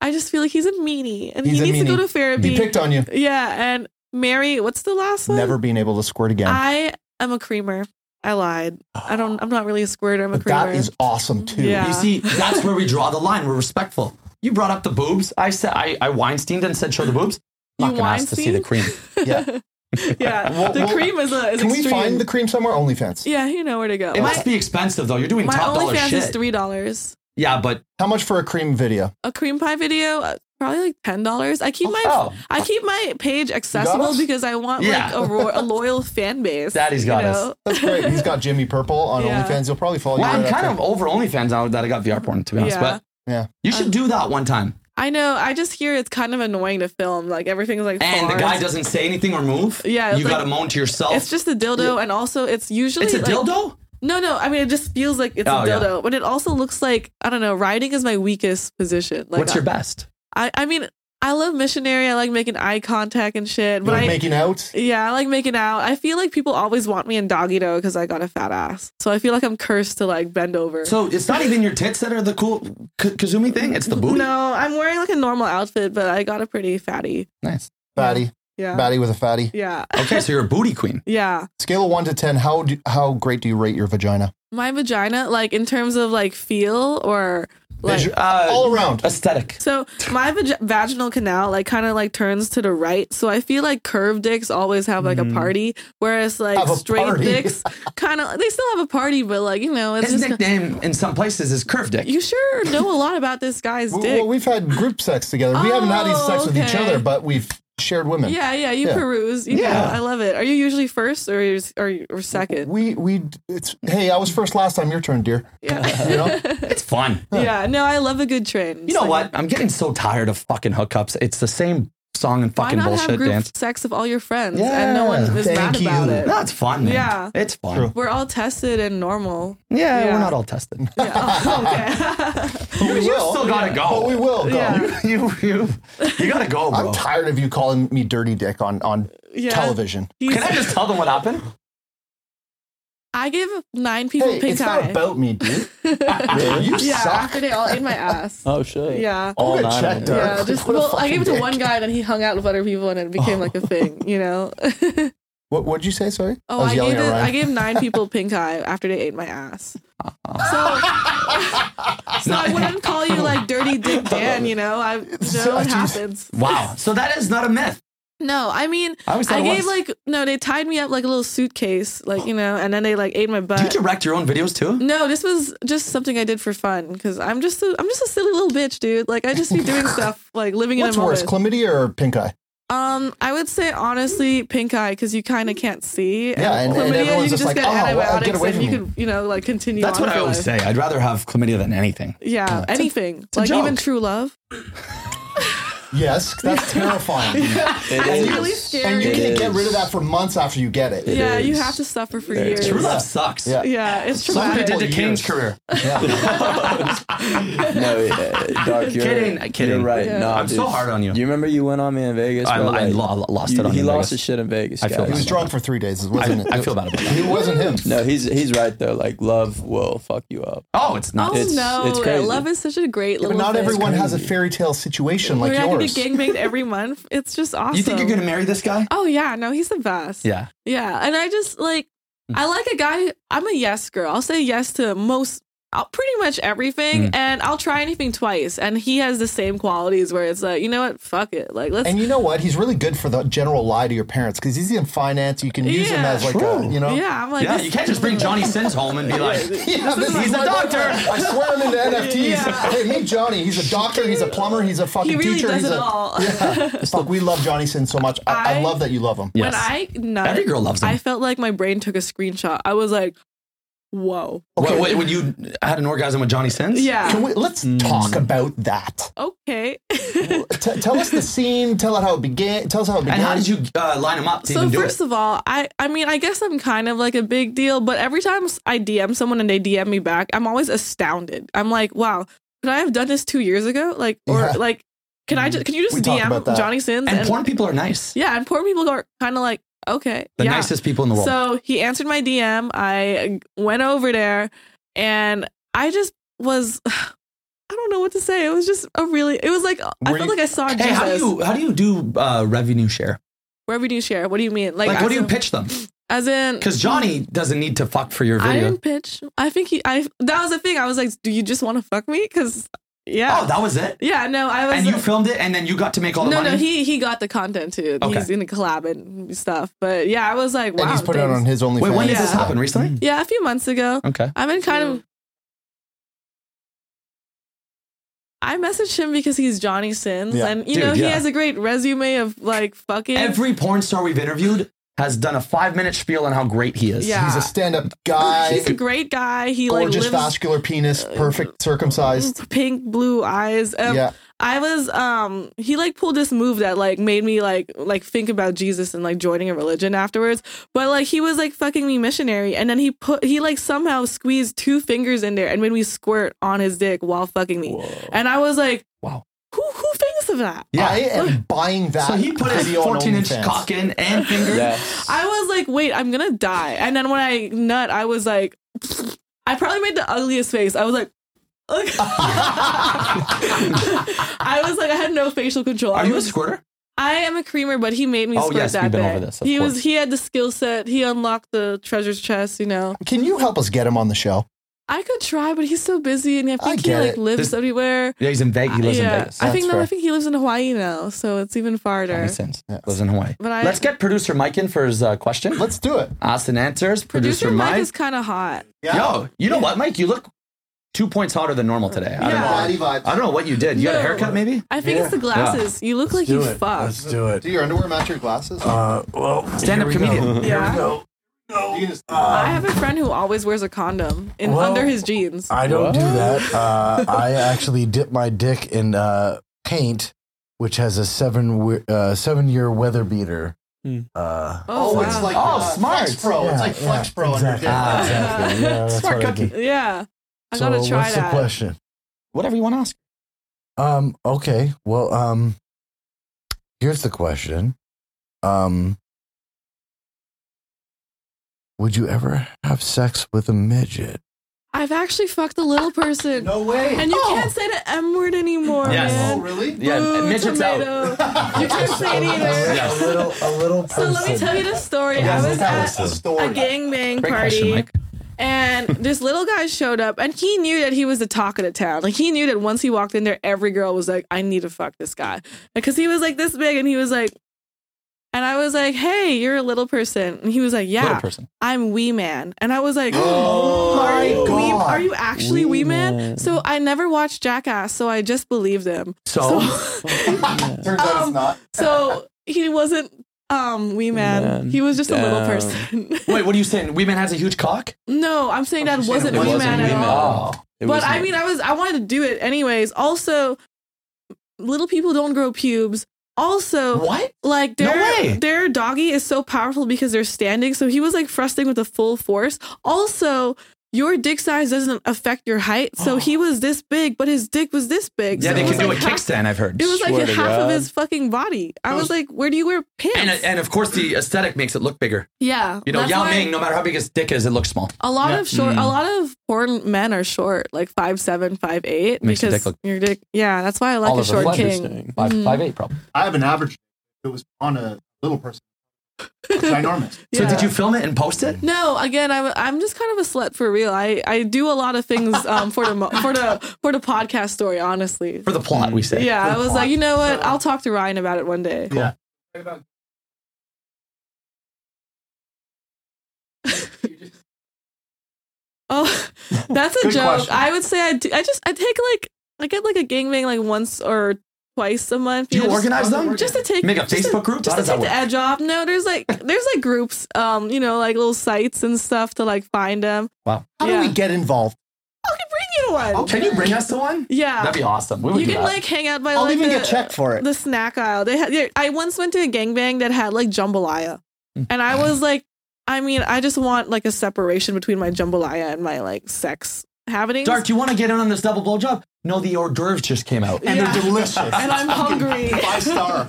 Speaker 1: I just feel like he's a meanie and
Speaker 4: He's a
Speaker 1: he needs to go
Speaker 4: meanie.
Speaker 1: to
Speaker 4: He
Speaker 1: therapy.
Speaker 4: picked on you.
Speaker 1: yeah, and Mary, what's the last one?
Speaker 4: Never being able to squirt again.
Speaker 1: I am a creamer. I lied. I don't. I'm not really a squirter. I'm a
Speaker 4: But
Speaker 1: creamer.
Speaker 4: that is awesome too.
Speaker 1: Yeah.
Speaker 3: You see, that's where we draw the line. We're respectful. You brought up the boobs. I said I, I Weinsteined and said show the boobs.
Speaker 1: You
Speaker 3: Not gonna ask to see the cream.
Speaker 4: Yeah.
Speaker 1: yeah.
Speaker 4: Well,
Speaker 1: the
Speaker 4: well,
Speaker 1: cream is a. Is
Speaker 4: Can we
Speaker 1: extreme.
Speaker 4: find the cream somewhere? OnlyFans.
Speaker 1: Yeah, you know where to go.
Speaker 3: It
Speaker 1: My,
Speaker 3: must be expensive though. You're doing
Speaker 1: my
Speaker 3: top dollar
Speaker 1: OnlyFans
Speaker 3: shit.
Speaker 1: is three dollars.
Speaker 3: yeah, but
Speaker 4: How much for a cream video?
Speaker 1: a cream pie video uh, probably like ten dollars. I keep my
Speaker 3: Oh.
Speaker 1: I keep my page accessible
Speaker 4: us?
Speaker 1: because I want
Speaker 3: Yeah.
Speaker 1: like a, ro- a loyal fan base.
Speaker 3: Daddy's got
Speaker 1: you
Speaker 3: us.
Speaker 1: know?
Speaker 4: That's great. He's got Jimmy Purple on
Speaker 1: Yeah.
Speaker 4: OnlyFans. He'll probably follow
Speaker 3: well,
Speaker 4: you.
Speaker 3: I'm
Speaker 4: right
Speaker 3: kind
Speaker 4: after.
Speaker 3: of over OnlyFans now that I got VR porn to be honest.
Speaker 1: Yeah. Uh,
Speaker 3: But
Speaker 4: Yeah.
Speaker 3: you should do that one time.
Speaker 1: I know. I just hear it's kind of annoying to film. Like everything's like
Speaker 3: And the
Speaker 1: hard.
Speaker 3: guy doesn't say anything or move.
Speaker 1: Yeah, it's
Speaker 3: You
Speaker 1: like-
Speaker 3: gotta moan to yourself.
Speaker 1: It's just a dildo, and also it's usually
Speaker 3: It's a
Speaker 1: like-
Speaker 3: dildo?
Speaker 1: No, no. I mean, it just feels like it's
Speaker 3: Oh,
Speaker 1: a
Speaker 3: yeah.
Speaker 1: dildo, but it also looks like I don't know. Riding is my weakest position. Like,
Speaker 3: What's your best?
Speaker 1: I, I mean, I love missionary. I like making eye contact and shit.
Speaker 4: You
Speaker 1: But
Speaker 4: like
Speaker 1: I,
Speaker 4: making out.
Speaker 1: Yeah, I like making out. I feel like people always want me in doggy dough because I got a fat ass. So I feel like I'm cursed to like bend over.
Speaker 3: So it's not even your tits that are the cool K- Kazumi thing. It's the booty.
Speaker 1: no, I'm wearing like a normal outfit, but I got a pretty fatty.
Speaker 3: Nice.
Speaker 4: Fatty.
Speaker 1: Yeah.
Speaker 4: Fatty with a fatty.
Speaker 1: Yeah.
Speaker 3: Okay, so you're a booty queen.
Speaker 1: Yeah.
Speaker 4: Scale of one to ten. How do, how great do you rate your vagina?
Speaker 1: My vagina, like in terms of like feel or like.
Speaker 4: Visual-
Speaker 3: Uh,
Speaker 4: All around.
Speaker 3: aesthetic.
Speaker 1: so my vag- vaginal canal like kind of like turns to the right, so I feel like curved dicks always have like a party, whereas like
Speaker 4: Have a
Speaker 1: straight
Speaker 4: party.
Speaker 1: dicks kind of they still have a party, but like you know it's
Speaker 3: His
Speaker 1: just
Speaker 3: nickname in some places is curved dick.
Speaker 1: you sure know a lot about this guy's
Speaker 4: W-
Speaker 1: dick.
Speaker 4: Well, we've had group sex together. We haven't had any
Speaker 1: Oh,
Speaker 4: sex with each
Speaker 1: okay.
Speaker 4: other, but we've shared women.
Speaker 1: Yeah, yeah. You
Speaker 4: Yeah.
Speaker 1: peruse. You
Speaker 4: Yeah.
Speaker 1: yeah, I love it. Are you usually first or is- or or second?
Speaker 4: We we it's hey, I was first last time. Your turn, dear.
Speaker 1: Yeah,
Speaker 4: You know,
Speaker 3: It's fun.
Speaker 1: yeah. No, I love a good train.
Speaker 3: You
Speaker 1: It's
Speaker 3: know
Speaker 1: like,
Speaker 3: what? I'm getting so tired of fucking hookups. It's the same song and
Speaker 1: Why
Speaker 3: fucking
Speaker 1: not have
Speaker 3: bullshit
Speaker 1: group
Speaker 3: dance.
Speaker 1: sex of all your friends and no one is
Speaker 4: thank
Speaker 1: mad about
Speaker 4: you.
Speaker 1: it?
Speaker 3: No, it's fun. Man.
Speaker 1: Yeah.
Speaker 3: It's fun.
Speaker 4: True.
Speaker 1: We're all tested and normal.
Speaker 3: Yeah,
Speaker 1: Yeah.
Speaker 3: we're not all tested.
Speaker 1: Yeah. Oh, okay.
Speaker 4: we will.
Speaker 3: Still gotta go.
Speaker 4: but we will go.
Speaker 1: Yeah.
Speaker 3: you, you, you gotta go, bro.
Speaker 4: I'm tired of you calling me dirty dick on on
Speaker 1: yeah.
Speaker 4: television.
Speaker 1: He's-
Speaker 3: Can I just tell them what happened?
Speaker 1: I give nine people
Speaker 4: Hey,
Speaker 1: pink
Speaker 4: it's
Speaker 1: eye.
Speaker 4: not about me, dude. You
Speaker 1: yeah,
Speaker 4: suck.
Speaker 1: after they all ate my ass.
Speaker 2: Oh shit.
Speaker 1: Yeah.
Speaker 4: I'm gonna
Speaker 2: nine
Speaker 4: check,
Speaker 2: of them.
Speaker 4: Dirk.
Speaker 1: Yeah, just
Speaker 4: What a
Speaker 1: well, I gave it to
Speaker 4: fucking
Speaker 1: one
Speaker 4: dick. Oh.
Speaker 1: guy, and then he hung out with other people, and it became like a thing, you know. oh,
Speaker 4: What what'd you say? Sorry.
Speaker 1: I, gave
Speaker 4: yelling at
Speaker 1: it,
Speaker 4: Ryan.
Speaker 1: I gave nine people pink eye after they ate my ass. So, so I wouldn't call you like dirty dick Dan, you know. I no
Speaker 4: So-
Speaker 1: it happens.
Speaker 3: Wow. So that is not a myth.
Speaker 1: No, I mean,
Speaker 3: I
Speaker 1: I,
Speaker 3: always thought it
Speaker 1: gave
Speaker 3: was.
Speaker 1: like no, they tied me up like a little suitcase, like you know, and then they like ate my butt.
Speaker 3: Do you direct your own videos too?
Speaker 1: No, this was just something I did for fun because I'm just a, I'm just a silly little bitch, dude. Like I just be doing stuff, like living
Speaker 4: What's
Speaker 1: in a
Speaker 4: worse,
Speaker 1: moment.
Speaker 4: chlamydia or pink eye?
Speaker 1: um, I would say honestly, pink eye because you kind of can't see.
Speaker 4: Yeah, and- and everyone's
Speaker 1: you
Speaker 4: just like, "Oh, well, get away
Speaker 1: and
Speaker 4: from
Speaker 1: you
Speaker 4: me."
Speaker 1: could you know like continue.
Speaker 3: That's
Speaker 1: on
Speaker 3: what
Speaker 1: with
Speaker 3: I
Speaker 1: your
Speaker 3: always
Speaker 1: life.
Speaker 3: say. I'd rather have chlamydia than anything.
Speaker 1: Yeah, anything
Speaker 3: a
Speaker 1: like even
Speaker 3: joke.
Speaker 1: true love.
Speaker 4: Yes, that's terrifying.
Speaker 2: It
Speaker 1: It's
Speaker 2: is.
Speaker 1: really scary.
Speaker 4: And you
Speaker 2: It
Speaker 4: can't get
Speaker 2: is.
Speaker 4: rid of that for months after you get it.
Speaker 1: yeah, you
Speaker 2: is.
Speaker 1: have to suffer for
Speaker 2: Very
Speaker 1: years.
Speaker 3: True
Speaker 4: Yeah.
Speaker 3: love sucks.
Speaker 4: Yeah.
Speaker 1: Yeah, it's
Speaker 3: Somebody
Speaker 1: traumatic.
Speaker 3: did to
Speaker 4: Years.
Speaker 3: Kane's career.
Speaker 4: Yeah.
Speaker 2: No, yeah, Doc, you're,
Speaker 3: Kidding, I'm kidding.
Speaker 2: you're right.
Speaker 1: Yeah.
Speaker 2: No,
Speaker 3: I'm so
Speaker 2: dude.
Speaker 3: hard on you.
Speaker 2: You remember you went on me in Vegas?
Speaker 3: I,
Speaker 2: bro?
Speaker 3: I
Speaker 2: Like,
Speaker 3: lo- lost
Speaker 2: you-
Speaker 3: it on
Speaker 2: He
Speaker 3: you,
Speaker 2: lost
Speaker 3: Vegas.
Speaker 2: his shit in Vegas.
Speaker 3: I feel
Speaker 2: guys.
Speaker 4: he
Speaker 3: bad.
Speaker 4: was drunk for three days, wasn't it?
Speaker 3: I, I feel bad about that.
Speaker 4: It wasn't him.
Speaker 2: No, he's he's right though. Like love will fuck you up.
Speaker 3: Oh, it's not.
Speaker 1: Oh
Speaker 2: It's-
Speaker 1: no,
Speaker 2: it's crazy.
Speaker 1: love is such a great
Speaker 4: But
Speaker 1: little.
Speaker 4: not
Speaker 1: thing.
Speaker 4: everyone has a
Speaker 2: crazy.
Speaker 4: fairy tale situation like
Speaker 1: We're not gonna
Speaker 4: yours.
Speaker 1: get gangbanged every month. It's just awesome.
Speaker 3: you think you're gonna marry this guy?
Speaker 1: Oh yeah, no, he's the best.
Speaker 3: Yeah.
Speaker 1: Yeah, and I just like
Speaker 3: Mm.
Speaker 1: I like a guy. I'm a yes girl. I'll say yes to most, uh, pretty much
Speaker 3: Mm.
Speaker 1: everything, and I'll try anything twice. And he has the same qualities where it's like, you know what, fuck it, like let's.
Speaker 4: And you know what? He's really good for the general lie to your parents because he's in finance. You can use him
Speaker 1: Yeah.
Speaker 4: as like a,
Speaker 3: True.
Speaker 4: you know.
Speaker 1: yeah, I'm like,
Speaker 3: Yeah,
Speaker 1: this-
Speaker 3: you can't just bring Johnny Sins home and be like,
Speaker 4: Yeah, this
Speaker 3: He's
Speaker 4: is
Speaker 3: a
Speaker 4: my
Speaker 3: doctor.
Speaker 4: boyfriend. I swear him into NFTs.
Speaker 1: Yeah.
Speaker 4: Hey, meet Johnny. He's a doctor. He's a plumber. He's a fucking
Speaker 1: He really
Speaker 4: teacher.
Speaker 1: does
Speaker 4: he's
Speaker 1: it
Speaker 4: a,
Speaker 1: all.
Speaker 4: Fuck, we love Johnny Sin so much. I, I,
Speaker 1: I-
Speaker 4: love that you love him.
Speaker 1: when
Speaker 3: Yes.
Speaker 1: I nut,
Speaker 3: Every girl loves him.
Speaker 1: I felt like my brain took a screenshot. I was like, whoa,
Speaker 4: Okay.
Speaker 3: Wait, wait, when you had an orgasm with Johnny Sins?
Speaker 1: yeah,
Speaker 4: Can we, let's
Speaker 3: Mm.
Speaker 4: talk about that.
Speaker 1: okay.
Speaker 4: T- tell us the scene. Tell it how it began. Tell us how it began.
Speaker 3: And how did you uh, line him up to
Speaker 1: So
Speaker 3: even do
Speaker 1: first
Speaker 3: it?
Speaker 1: of all, I I mean I guess I'm kind of like a big deal, but every time s- I DM someone and they DM me back, I'm always astounded. I'm like, wow, could I have done this two years ago? Like or
Speaker 4: Yeah.
Speaker 1: like, can
Speaker 3: Mm-hmm.
Speaker 1: I just can you just
Speaker 4: We talked about that.
Speaker 1: DM Johnny Sins
Speaker 3: And porn people are nice.
Speaker 1: yeah, and poor people are kind of like okay,
Speaker 3: The
Speaker 1: yeah.
Speaker 3: nicest people in the world.
Speaker 1: So he answered my DM. I went over there and I just was. I don't know what to say. It was just a really. It was like I
Speaker 4: Were
Speaker 1: felt
Speaker 4: you-
Speaker 1: like I saw
Speaker 3: hey,
Speaker 1: oh, Jesus.
Speaker 3: how do you how do you do uh, revenue share?
Speaker 1: Wherever do you share? What do you mean? Like,
Speaker 3: Like, what
Speaker 1: as
Speaker 3: do you
Speaker 1: in-
Speaker 3: pitch them?
Speaker 1: As in,
Speaker 3: Because Johnny doesn't need to fuck for your
Speaker 1: I
Speaker 3: video.
Speaker 1: didn't pitch. I think he. I that was the thing. I was like, "Do you just want to fuck me?" Because yeah,
Speaker 3: Oh, that was it.
Speaker 1: yeah. No, I was.
Speaker 3: And you filmed it, and then you got to make all the
Speaker 1: no,
Speaker 3: money.
Speaker 1: no. He he got the content too.
Speaker 3: Okay.
Speaker 1: He's in the collab and stuff. But yeah, I was like, wow.
Speaker 4: and he's put it
Speaker 1: thanks.
Speaker 4: on his OnlyFans.
Speaker 3: Wait, when did
Speaker 1: Yeah.
Speaker 3: this happen? Recently?
Speaker 1: Yeah, a few months ago.
Speaker 3: Mm. Okay.
Speaker 1: I've been kind of. I messaged him because he's Johnny Sins,
Speaker 4: Yeah.
Speaker 1: and you
Speaker 3: Dude,
Speaker 1: know he
Speaker 3: yeah.
Speaker 1: has a great resume of like fucking.
Speaker 3: Every porn star we've interviewed has done a five minute spiel on how great he is.
Speaker 1: Yeah.
Speaker 4: He's a stand-up guy.
Speaker 1: he's a great guy. He like
Speaker 4: gorgeous
Speaker 1: lives Uh,
Speaker 4: vascular penis, perfect circumcised.
Speaker 1: pink blue eyes. Um,
Speaker 4: Yeah.
Speaker 1: I was um he like pulled this move that like made me like like think about Jesus and like joining a religion afterwards. But like he was like fucking me missionary and then he put he like somehow squeezed two fingers in there and made me squirt on his dick while fucking me. And I was like,
Speaker 3: Wow.
Speaker 1: Who who thinks of that?
Speaker 3: Yeah.
Speaker 4: I am buying that.
Speaker 3: So he put his
Speaker 4: video on
Speaker 3: 14 inch
Speaker 4: OnlyFans.
Speaker 3: cock in and finger.
Speaker 2: Yeah.
Speaker 1: I was like, wait, I'm gonna die. And then when I nut, I was like I probably made the ugliest face. I was like I was like, I had no facial control.
Speaker 3: Are
Speaker 1: I
Speaker 3: you a
Speaker 1: was
Speaker 3: squirter?
Speaker 1: I am a creamer, but he made me
Speaker 3: Oh,
Speaker 1: squirt
Speaker 3: yes,
Speaker 1: that
Speaker 3: we've been
Speaker 1: day.
Speaker 3: over this, of
Speaker 1: he was
Speaker 3: course.
Speaker 1: he had the skill set. He unlocked the treasures chest. You know,
Speaker 4: Can you help us get him on the show?
Speaker 1: I could try, but he's so busy, and I think he
Speaker 4: get
Speaker 1: like
Speaker 4: it.
Speaker 1: lives
Speaker 3: This-
Speaker 1: everywhere.
Speaker 3: Yeah, he's in Vegas. He lives
Speaker 1: yeah,
Speaker 3: in Vegas.
Speaker 1: I think
Speaker 4: That's
Speaker 1: no, I
Speaker 4: fair.
Speaker 1: think he lives in Hawaii now, so it's even farther.
Speaker 3: Makes sense.
Speaker 4: Yeah.
Speaker 3: Lives in Hawaii.
Speaker 1: But I-
Speaker 3: Let's get producer Mike in for his uh, question.
Speaker 4: Let's do it.
Speaker 3: Austin answers. Producer,
Speaker 1: Producer Mike
Speaker 3: Mike.
Speaker 1: is kind of hot.
Speaker 3: Yo, you know what, Mike? You look two points hotter than normal today. I, don't
Speaker 1: Yeah.
Speaker 3: know.
Speaker 4: Body vibes.
Speaker 3: I don't know what you did. You got a
Speaker 1: No.
Speaker 3: haircut, maybe?
Speaker 1: I think it's the glasses. You look like
Speaker 5: do
Speaker 1: you
Speaker 5: it. Let's
Speaker 1: fucked.
Speaker 5: do it.
Speaker 4: Do your underwear match your glasses?
Speaker 3: Oh.
Speaker 5: Uh, well,
Speaker 3: Stand-up
Speaker 5: here we go.
Speaker 3: comedian.
Speaker 5: Here we
Speaker 1: Yeah.
Speaker 5: go. No,
Speaker 4: You can just-
Speaker 3: Oh,
Speaker 1: I have a friend who always wears a condom in
Speaker 5: Well,
Speaker 1: under his jeans.
Speaker 5: I don't do that. Uh, I actually dip my dick in uh, paint, which has a seven we- uh, seven year weather beater.
Speaker 2: Hmm.
Speaker 5: Uh,
Speaker 4: oh,
Speaker 1: wow.
Speaker 4: it's like
Speaker 3: Oh,
Speaker 4: uh,
Speaker 3: smart.
Speaker 4: Flex Pro. it's
Speaker 5: yeah,
Speaker 4: like Flex
Speaker 5: yeah,
Speaker 4: Pro
Speaker 5: exactly.
Speaker 4: under
Speaker 5: Ah,
Speaker 4: there.
Speaker 5: exactly. Yeah, that's
Speaker 3: Smart
Speaker 5: what I
Speaker 3: cookie.
Speaker 5: do.
Speaker 1: yeah, I
Speaker 5: So
Speaker 1: gotta try
Speaker 5: what's
Speaker 1: that.
Speaker 5: the question?
Speaker 3: Whatever you want to ask.
Speaker 5: Um, okay. Well, um, here's the question. Um, would you ever have sex with a midget?
Speaker 1: I've actually fucked a little
Speaker 3: Uh,
Speaker 1: person,
Speaker 4: No way.
Speaker 1: and you
Speaker 4: Oh.
Speaker 1: can't say the M word anymore,
Speaker 3: Yes.
Speaker 4: Oh,
Speaker 1: man.
Speaker 4: really?
Speaker 3: Yeah,
Speaker 1: Boo,
Speaker 3: midget's out.
Speaker 1: tomato. You can't say it either.
Speaker 5: A little, a little
Speaker 1: So
Speaker 5: person.
Speaker 1: let me tell you the story.
Speaker 5: Yes,
Speaker 1: I was
Speaker 5: that
Speaker 1: at
Speaker 5: was the
Speaker 4: story.
Speaker 1: a gangbang
Speaker 3: Great
Speaker 1: party,
Speaker 3: question, Mike.
Speaker 1: and this little guy showed up, and he knew that he was the talk of the town. Like he knew that once he walked in there, every girl was like, "I need to fuck this guy," because he was like this big, and he was like, and I was like, "Hey, you're a little person," and he was like,
Speaker 3: Little
Speaker 1: "Yeah,
Speaker 3: person. Oh
Speaker 1: I'm Wee Man," and I was like,
Speaker 4: my
Speaker 1: are you Wee,
Speaker 4: God.
Speaker 1: are you actually Wee
Speaker 2: Wee
Speaker 1: Man?
Speaker 2: Man.
Speaker 1: So I never watched Jackass, so I just believed him.
Speaker 3: So,
Speaker 4: Turns out
Speaker 1: Um,
Speaker 4: it's not.
Speaker 1: So he wasn't um Wee Man.
Speaker 2: Man.
Speaker 1: He was just a little
Speaker 2: Damn.
Speaker 1: person.
Speaker 3: wait, what are you saying? Wee Man has a huge cock?
Speaker 1: No, I'm saying that wasn't
Speaker 2: it
Speaker 1: Wee
Speaker 2: wasn't
Speaker 1: Man at
Speaker 2: Wee Man.
Speaker 1: all.
Speaker 3: Oh.
Speaker 2: It
Speaker 1: But
Speaker 2: was
Speaker 1: I
Speaker 2: not-
Speaker 1: mean, I was I wanted to do it anyways. Also, little people don't grow pubes. Also,
Speaker 3: What?
Speaker 1: like
Speaker 3: No
Speaker 1: their
Speaker 3: way.
Speaker 1: their doggy is so powerful because they're standing, so he was like thrusting with the full force. Also, your dick size doesn't affect your height, so
Speaker 2: Oh.
Speaker 1: he was this big, but his dick was this big.
Speaker 3: Yeah,
Speaker 1: so
Speaker 3: they
Speaker 1: it
Speaker 3: can
Speaker 1: was
Speaker 3: do a
Speaker 1: like half-
Speaker 3: kickstand, I've heard.
Speaker 1: It was
Speaker 2: Swear
Speaker 1: like
Speaker 2: to
Speaker 1: half of
Speaker 2: God.
Speaker 1: his fucking body. I
Speaker 4: was-
Speaker 1: was like, where do you wear pants?
Speaker 3: And, and of course, the aesthetic makes it look bigger.
Speaker 1: yeah,
Speaker 3: You know,
Speaker 1: that's
Speaker 3: Yao
Speaker 1: why-
Speaker 3: Ming, no matter how big his dick is, it looks small.
Speaker 1: A lot
Speaker 3: Yeah.
Speaker 1: of short,
Speaker 3: Mm.
Speaker 1: a lot of porn men are short, like five seven, five eight,
Speaker 3: Makes your
Speaker 1: because
Speaker 3: dick look-
Speaker 1: your dick. Yeah, that's why I like a
Speaker 3: Oliver
Speaker 1: short
Speaker 3: Fletcher's
Speaker 1: king.
Speaker 3: Five,
Speaker 1: Mhm.
Speaker 3: five eight, probably.
Speaker 4: I have an average. It was on a little person. Ginormous.
Speaker 1: Yeah.
Speaker 3: So, did you film it and post it?
Speaker 1: No, again, I'm I'm just kind of a slut for real. I, I do a lot of things um for the mo- for the for the podcast story, honestly.
Speaker 3: For the plot, we say.
Speaker 1: Yeah, I was like, you know what?
Speaker 4: So-
Speaker 1: I'll talk to Ryan about it one day.
Speaker 4: Yeah.
Speaker 1: Oh, that's a
Speaker 4: Good
Speaker 1: joke.
Speaker 4: question.
Speaker 1: I would say I do, I just I take like I get like a gangbang like once or twice a month.
Speaker 3: Do you
Speaker 1: know, just-
Speaker 3: organize them?
Speaker 1: just to take
Speaker 3: Make a
Speaker 1: just to-
Speaker 3: Facebook group?
Speaker 1: just to
Speaker 3: How does that
Speaker 1: take the
Speaker 3: work?
Speaker 1: edge off. No, there's like there's like groups, um, you know, like little sites and stuff to like find them.
Speaker 4: How
Speaker 1: Yeah.
Speaker 4: do we get involved?
Speaker 1: I can bring you one.
Speaker 3: Can you bring us to one?
Speaker 1: Yeah,
Speaker 3: That'd be awesome. We would
Speaker 1: you
Speaker 3: do
Speaker 1: can
Speaker 3: that.
Speaker 1: like hang out by
Speaker 4: I'll
Speaker 1: like
Speaker 4: even
Speaker 1: the,
Speaker 4: get checked for it.
Speaker 1: the snack aisle. They had. yeah, I once went to a gangbang that had like jambalaya,
Speaker 3: Mm.
Speaker 1: and I was like, I mean, I just want like a separation between my jambalaya and my like sex happenings.
Speaker 3: Dark, do you want to get in on this double blowjob? No, the hors d'oeuvres just came out.
Speaker 4: And
Speaker 1: Yeah.
Speaker 4: they're delicious.
Speaker 1: and I'm hungry.
Speaker 4: Five star.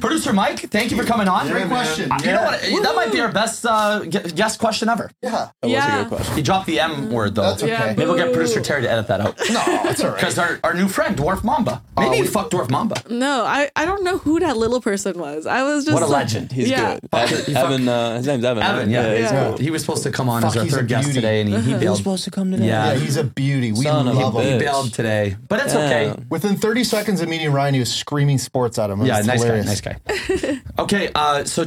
Speaker 3: Producer Mike, thank you for coming on.
Speaker 4: Great question.
Speaker 3: Uh, You know
Speaker 4: Yeah.
Speaker 3: what? That might be our best uh, gu- guest question ever.
Speaker 4: Yeah.
Speaker 2: that was a
Speaker 1: Yeah.
Speaker 2: good question.
Speaker 3: He dropped the M
Speaker 1: Mm.
Speaker 3: word though.
Speaker 4: That's okay.
Speaker 1: Yeah,
Speaker 3: Maybe we'll get
Speaker 1: boo.
Speaker 3: producer Terry to edit that out.
Speaker 4: No, it's all right.
Speaker 3: Because our, our new friend, Dwarf Mamba. Maybe
Speaker 4: Oh,
Speaker 3: you
Speaker 4: we-
Speaker 3: fuck Dwarf Mamba.
Speaker 1: No, I, I don't know who that little person was. I was just
Speaker 3: What a
Speaker 1: like-
Speaker 3: legend.
Speaker 2: He's
Speaker 1: Yeah.
Speaker 2: good. Evan, Evan uh, his name's Evan.
Speaker 3: Evan,
Speaker 2: right?
Speaker 3: yeah.
Speaker 2: he's
Speaker 1: Yeah.
Speaker 2: cool.
Speaker 3: He was supposed to come on as
Speaker 4: Fuck,
Speaker 3: our
Speaker 4: he's a
Speaker 3: third guest
Speaker 4: beauty.
Speaker 3: today and he, he
Speaker 2: He was
Speaker 3: bailed.
Speaker 2: supposed to come today.
Speaker 3: Yeah.
Speaker 4: Yeah, he's a beauty. We
Speaker 2: Son of a
Speaker 4: love
Speaker 3: He
Speaker 4: him.
Speaker 2: bitch.
Speaker 3: bailed today. But it's okay.
Speaker 4: Within 30 seconds of meeting Ryan, he was screaming sports at him. It
Speaker 3: Yeah,
Speaker 4: was
Speaker 3: nice
Speaker 4: hilarious.
Speaker 3: guy, nice guy. okay, uh, so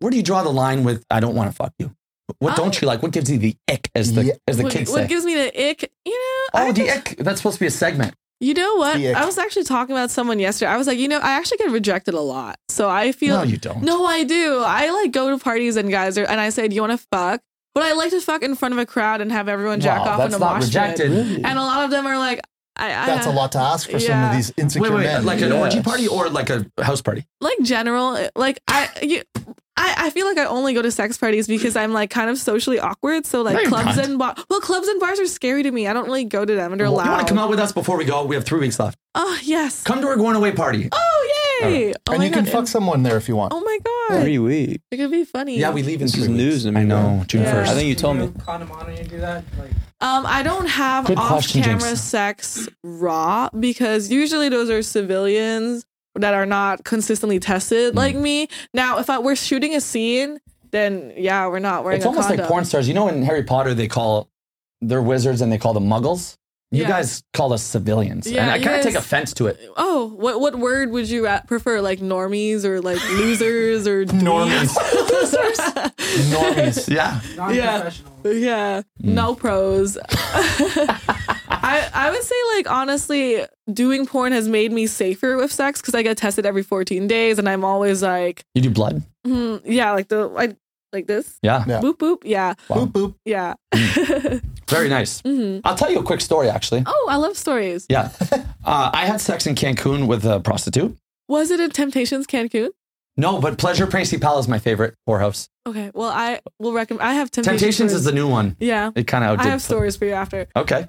Speaker 3: where do you draw the line with I don't want to fuck you? What don't you like? What gives you the ick as the
Speaker 4: Yeah.
Speaker 3: as the
Speaker 1: What,
Speaker 3: kids
Speaker 1: what
Speaker 3: say?
Speaker 1: gives me the ick, you know? I
Speaker 3: oh, the
Speaker 1: just-
Speaker 3: ick. That's supposed to be a segment.
Speaker 1: you know what?
Speaker 4: The ick.
Speaker 1: I was actually talking about someone yesterday. I was like, you know, I actually get rejected a lot. So I feel
Speaker 3: No, you don't.
Speaker 1: No, I do. I like go to parties and guys are, and I say, "Do you want to fuck?" But I like to fuck in front of a crowd and have everyone jack
Speaker 3: Wow,
Speaker 1: off
Speaker 3: that's
Speaker 1: in a
Speaker 3: not
Speaker 1: mosh
Speaker 3: rejected.
Speaker 1: pit. And a lot of them are like, "I." I
Speaker 4: That's a lot to ask for some of
Speaker 1: Uh-huh. Yeah.
Speaker 4: these insecure
Speaker 3: Wait, wait,
Speaker 4: men.
Speaker 3: like an
Speaker 2: Yeah.
Speaker 3: orgy party or like a house party?
Speaker 1: like general like I you I, I feel like I only go to sex parties because I'm like kind of socially awkward. So
Speaker 3: No,
Speaker 1: like
Speaker 3: you're
Speaker 1: clubs
Speaker 3: not.
Speaker 1: and bar well clubs and bars are scary to me. I don't really go to them and they're
Speaker 3: Well,
Speaker 1: loud.
Speaker 3: You want to come out with us before we go? We have three weeks left.
Speaker 1: Oh yes.
Speaker 3: Come to our going away party.
Speaker 1: Oh yay! Oh,
Speaker 4: and
Speaker 1: my
Speaker 4: you can
Speaker 1: God.
Speaker 4: fuck someone there if you want.
Speaker 1: Oh my god!
Speaker 2: Three weeks.
Speaker 1: It could be funny.
Speaker 3: Yeah, we leave in
Speaker 2: This
Speaker 3: three
Speaker 2: is
Speaker 3: weeks.
Speaker 2: news to me.
Speaker 3: I know,
Speaker 2: bro.
Speaker 3: June
Speaker 1: Yeah. 1st.
Speaker 2: I think you told me.
Speaker 6: condom on and you do that. Like,
Speaker 1: Um, I don't have
Speaker 3: Good question,
Speaker 1: off-camera
Speaker 3: James.
Speaker 1: sex raw because usually those are civilians that are not consistently
Speaker 3: Mm-hmm.
Speaker 1: tested like me. Now, if I, we're shooting a scene, then yeah, we're not wearing
Speaker 3: It's
Speaker 1: a
Speaker 3: almost
Speaker 1: condom.
Speaker 3: like porn stars. You know, in Harry Potter, they call they're wizards and they call them muggles. You
Speaker 1: Yeah.
Speaker 3: guys call us civilians, and
Speaker 1: Yeah,
Speaker 3: I
Speaker 1: you
Speaker 3: kind of take
Speaker 1: guys-
Speaker 3: offense to it.
Speaker 1: Oh, what what word would you ra- prefer? Like normies or like losers or
Speaker 5: Normies.
Speaker 1: dweebs?
Speaker 5: Normies.
Speaker 3: Yeah,
Speaker 6: Non-professional.
Speaker 1: yeah, no pros. I I would say like honestly, doing porn has made me safer with sex because I get tested every 14 days, and I'm always like,
Speaker 3: you do blood.
Speaker 1: hmm, yeah, like the I like this.
Speaker 3: Yeah,
Speaker 4: Yeah.
Speaker 1: Boop boop. Yeah,
Speaker 3: Wow.
Speaker 4: Boop boop.
Speaker 1: yeah.
Speaker 3: very nice.
Speaker 1: hmm
Speaker 3: I'll tell you a quick story, actually.
Speaker 1: Oh, I love stories.
Speaker 3: Yeah, uh, I had sex in Cancun with a prostitute.
Speaker 1: Was it in Temptations Cancun?
Speaker 3: No, but Pleasure Principal is my favorite whorehouse.
Speaker 1: Okay. Well, I will recommend. I have Temptations.
Speaker 3: Temptations
Speaker 1: for-
Speaker 3: is Oh, the new one.
Speaker 1: yeah.
Speaker 3: It kind of
Speaker 1: I have stories for you after.
Speaker 3: Okay.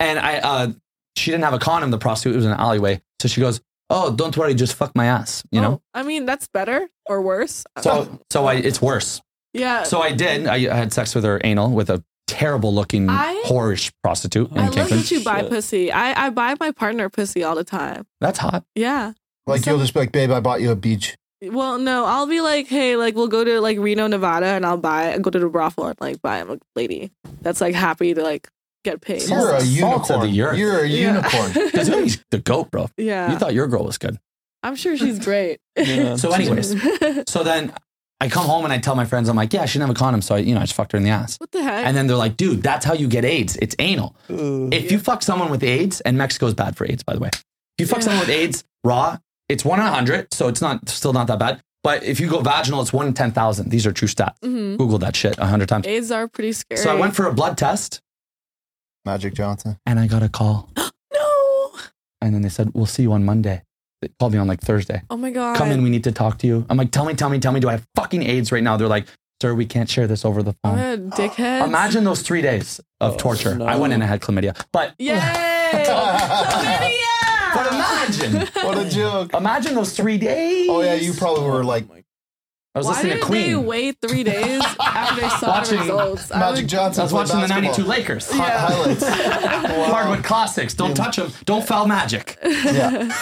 Speaker 3: And I, uh, she didn't have a condom, the prostitute. It was in an alleyway. So she goes, Oh, don't worry. Just fuck my ass, you know?
Speaker 1: Oh, I mean, that's better or worse.
Speaker 3: So, so I, it's worse.
Speaker 1: yeah.
Speaker 3: So I did. I, I had sex with her anal with a terrible looking,
Speaker 1: I-
Speaker 3: whorish prostitute. In
Speaker 1: I love
Speaker 3: Cancun.
Speaker 1: that you buy
Speaker 2: Shit.
Speaker 1: pussy. I, I buy my partner pussy all the time.
Speaker 3: That's hot.
Speaker 1: Yeah.
Speaker 4: Like
Speaker 1: So-
Speaker 4: you'll just be like, babe, I bought you a beach.
Speaker 1: Well, no, I'll be like, hey, like we'll go to like Reno, Nevada, and I'll buy, go to the brothel and like buy him a lady that's like happy to like get paid.
Speaker 4: You're a
Speaker 3: Salt of
Speaker 4: unicorn.
Speaker 3: the earth.
Speaker 4: You're a
Speaker 1: Yeah.
Speaker 4: unicorn.
Speaker 3: Kazooie's the goat, bro.
Speaker 1: yeah.
Speaker 3: You thought your girl was good.
Speaker 1: I'm sure she's great.
Speaker 2: Yeah.
Speaker 3: So, anyways,
Speaker 1: what
Speaker 3: so then I come home and I tell my friends, I'm like, Yeah, she didn't have a condom. So I, you know, I just fucked her in the ass.
Speaker 1: the heck?
Speaker 3: And then they're like, Dude, that's how you get AIDS. It's anal.
Speaker 2: Ooh.
Speaker 3: If you fuck someone with AIDS, and Mexico's bad for AIDS, by the way. If you fuck
Speaker 1: Yeah.
Speaker 3: someone with AIDS raw, it's one in a hundred, so it's not still not that bad. But if you go vaginal, it's one in ten thousand. These are true stats.
Speaker 1: Mhm.
Speaker 3: Google that shit a hundred times.
Speaker 1: AIDS are pretty scary.
Speaker 3: So I went for a blood test,
Speaker 4: Magic Johnson.
Speaker 3: and I got a call,
Speaker 1: no.
Speaker 3: and then they said, "We'll see you on Monday." They called me on like Thursday.
Speaker 1: Oh my god.
Speaker 3: Come in, we need to talk to you. I'm like, "Tell me, tell me, tell me, do I have fucking AIDS right now?" They're like, "Sir, we can't share this over the
Speaker 1: Oh,
Speaker 3: phone."
Speaker 1: yeah, dickheads.
Speaker 3: Imagine those three days of
Speaker 2: Oh,
Speaker 3: torture. I
Speaker 2: no.
Speaker 3: went in and had chlamydia, but
Speaker 1: Yay! Chlamydia!
Speaker 3: but imagine,
Speaker 4: What a joke.
Speaker 3: imagine those three days.
Speaker 4: Oh yeah, you probably were like
Speaker 3: I was
Speaker 1: Why
Speaker 3: listening
Speaker 1: did
Speaker 3: to Queen.
Speaker 1: they wait three days after they saw
Speaker 3: Watching
Speaker 1: the results? I
Speaker 4: Magic
Speaker 1: would-
Speaker 4: Johnson.
Speaker 3: I was
Speaker 4: play
Speaker 3: watching the
Speaker 4: basketball.
Speaker 3: '92 Lakers.
Speaker 4: Hi- highlights. Wow.
Speaker 3: Hardwood classics. Don't touch them. Don't foul magic.
Speaker 4: Yeah.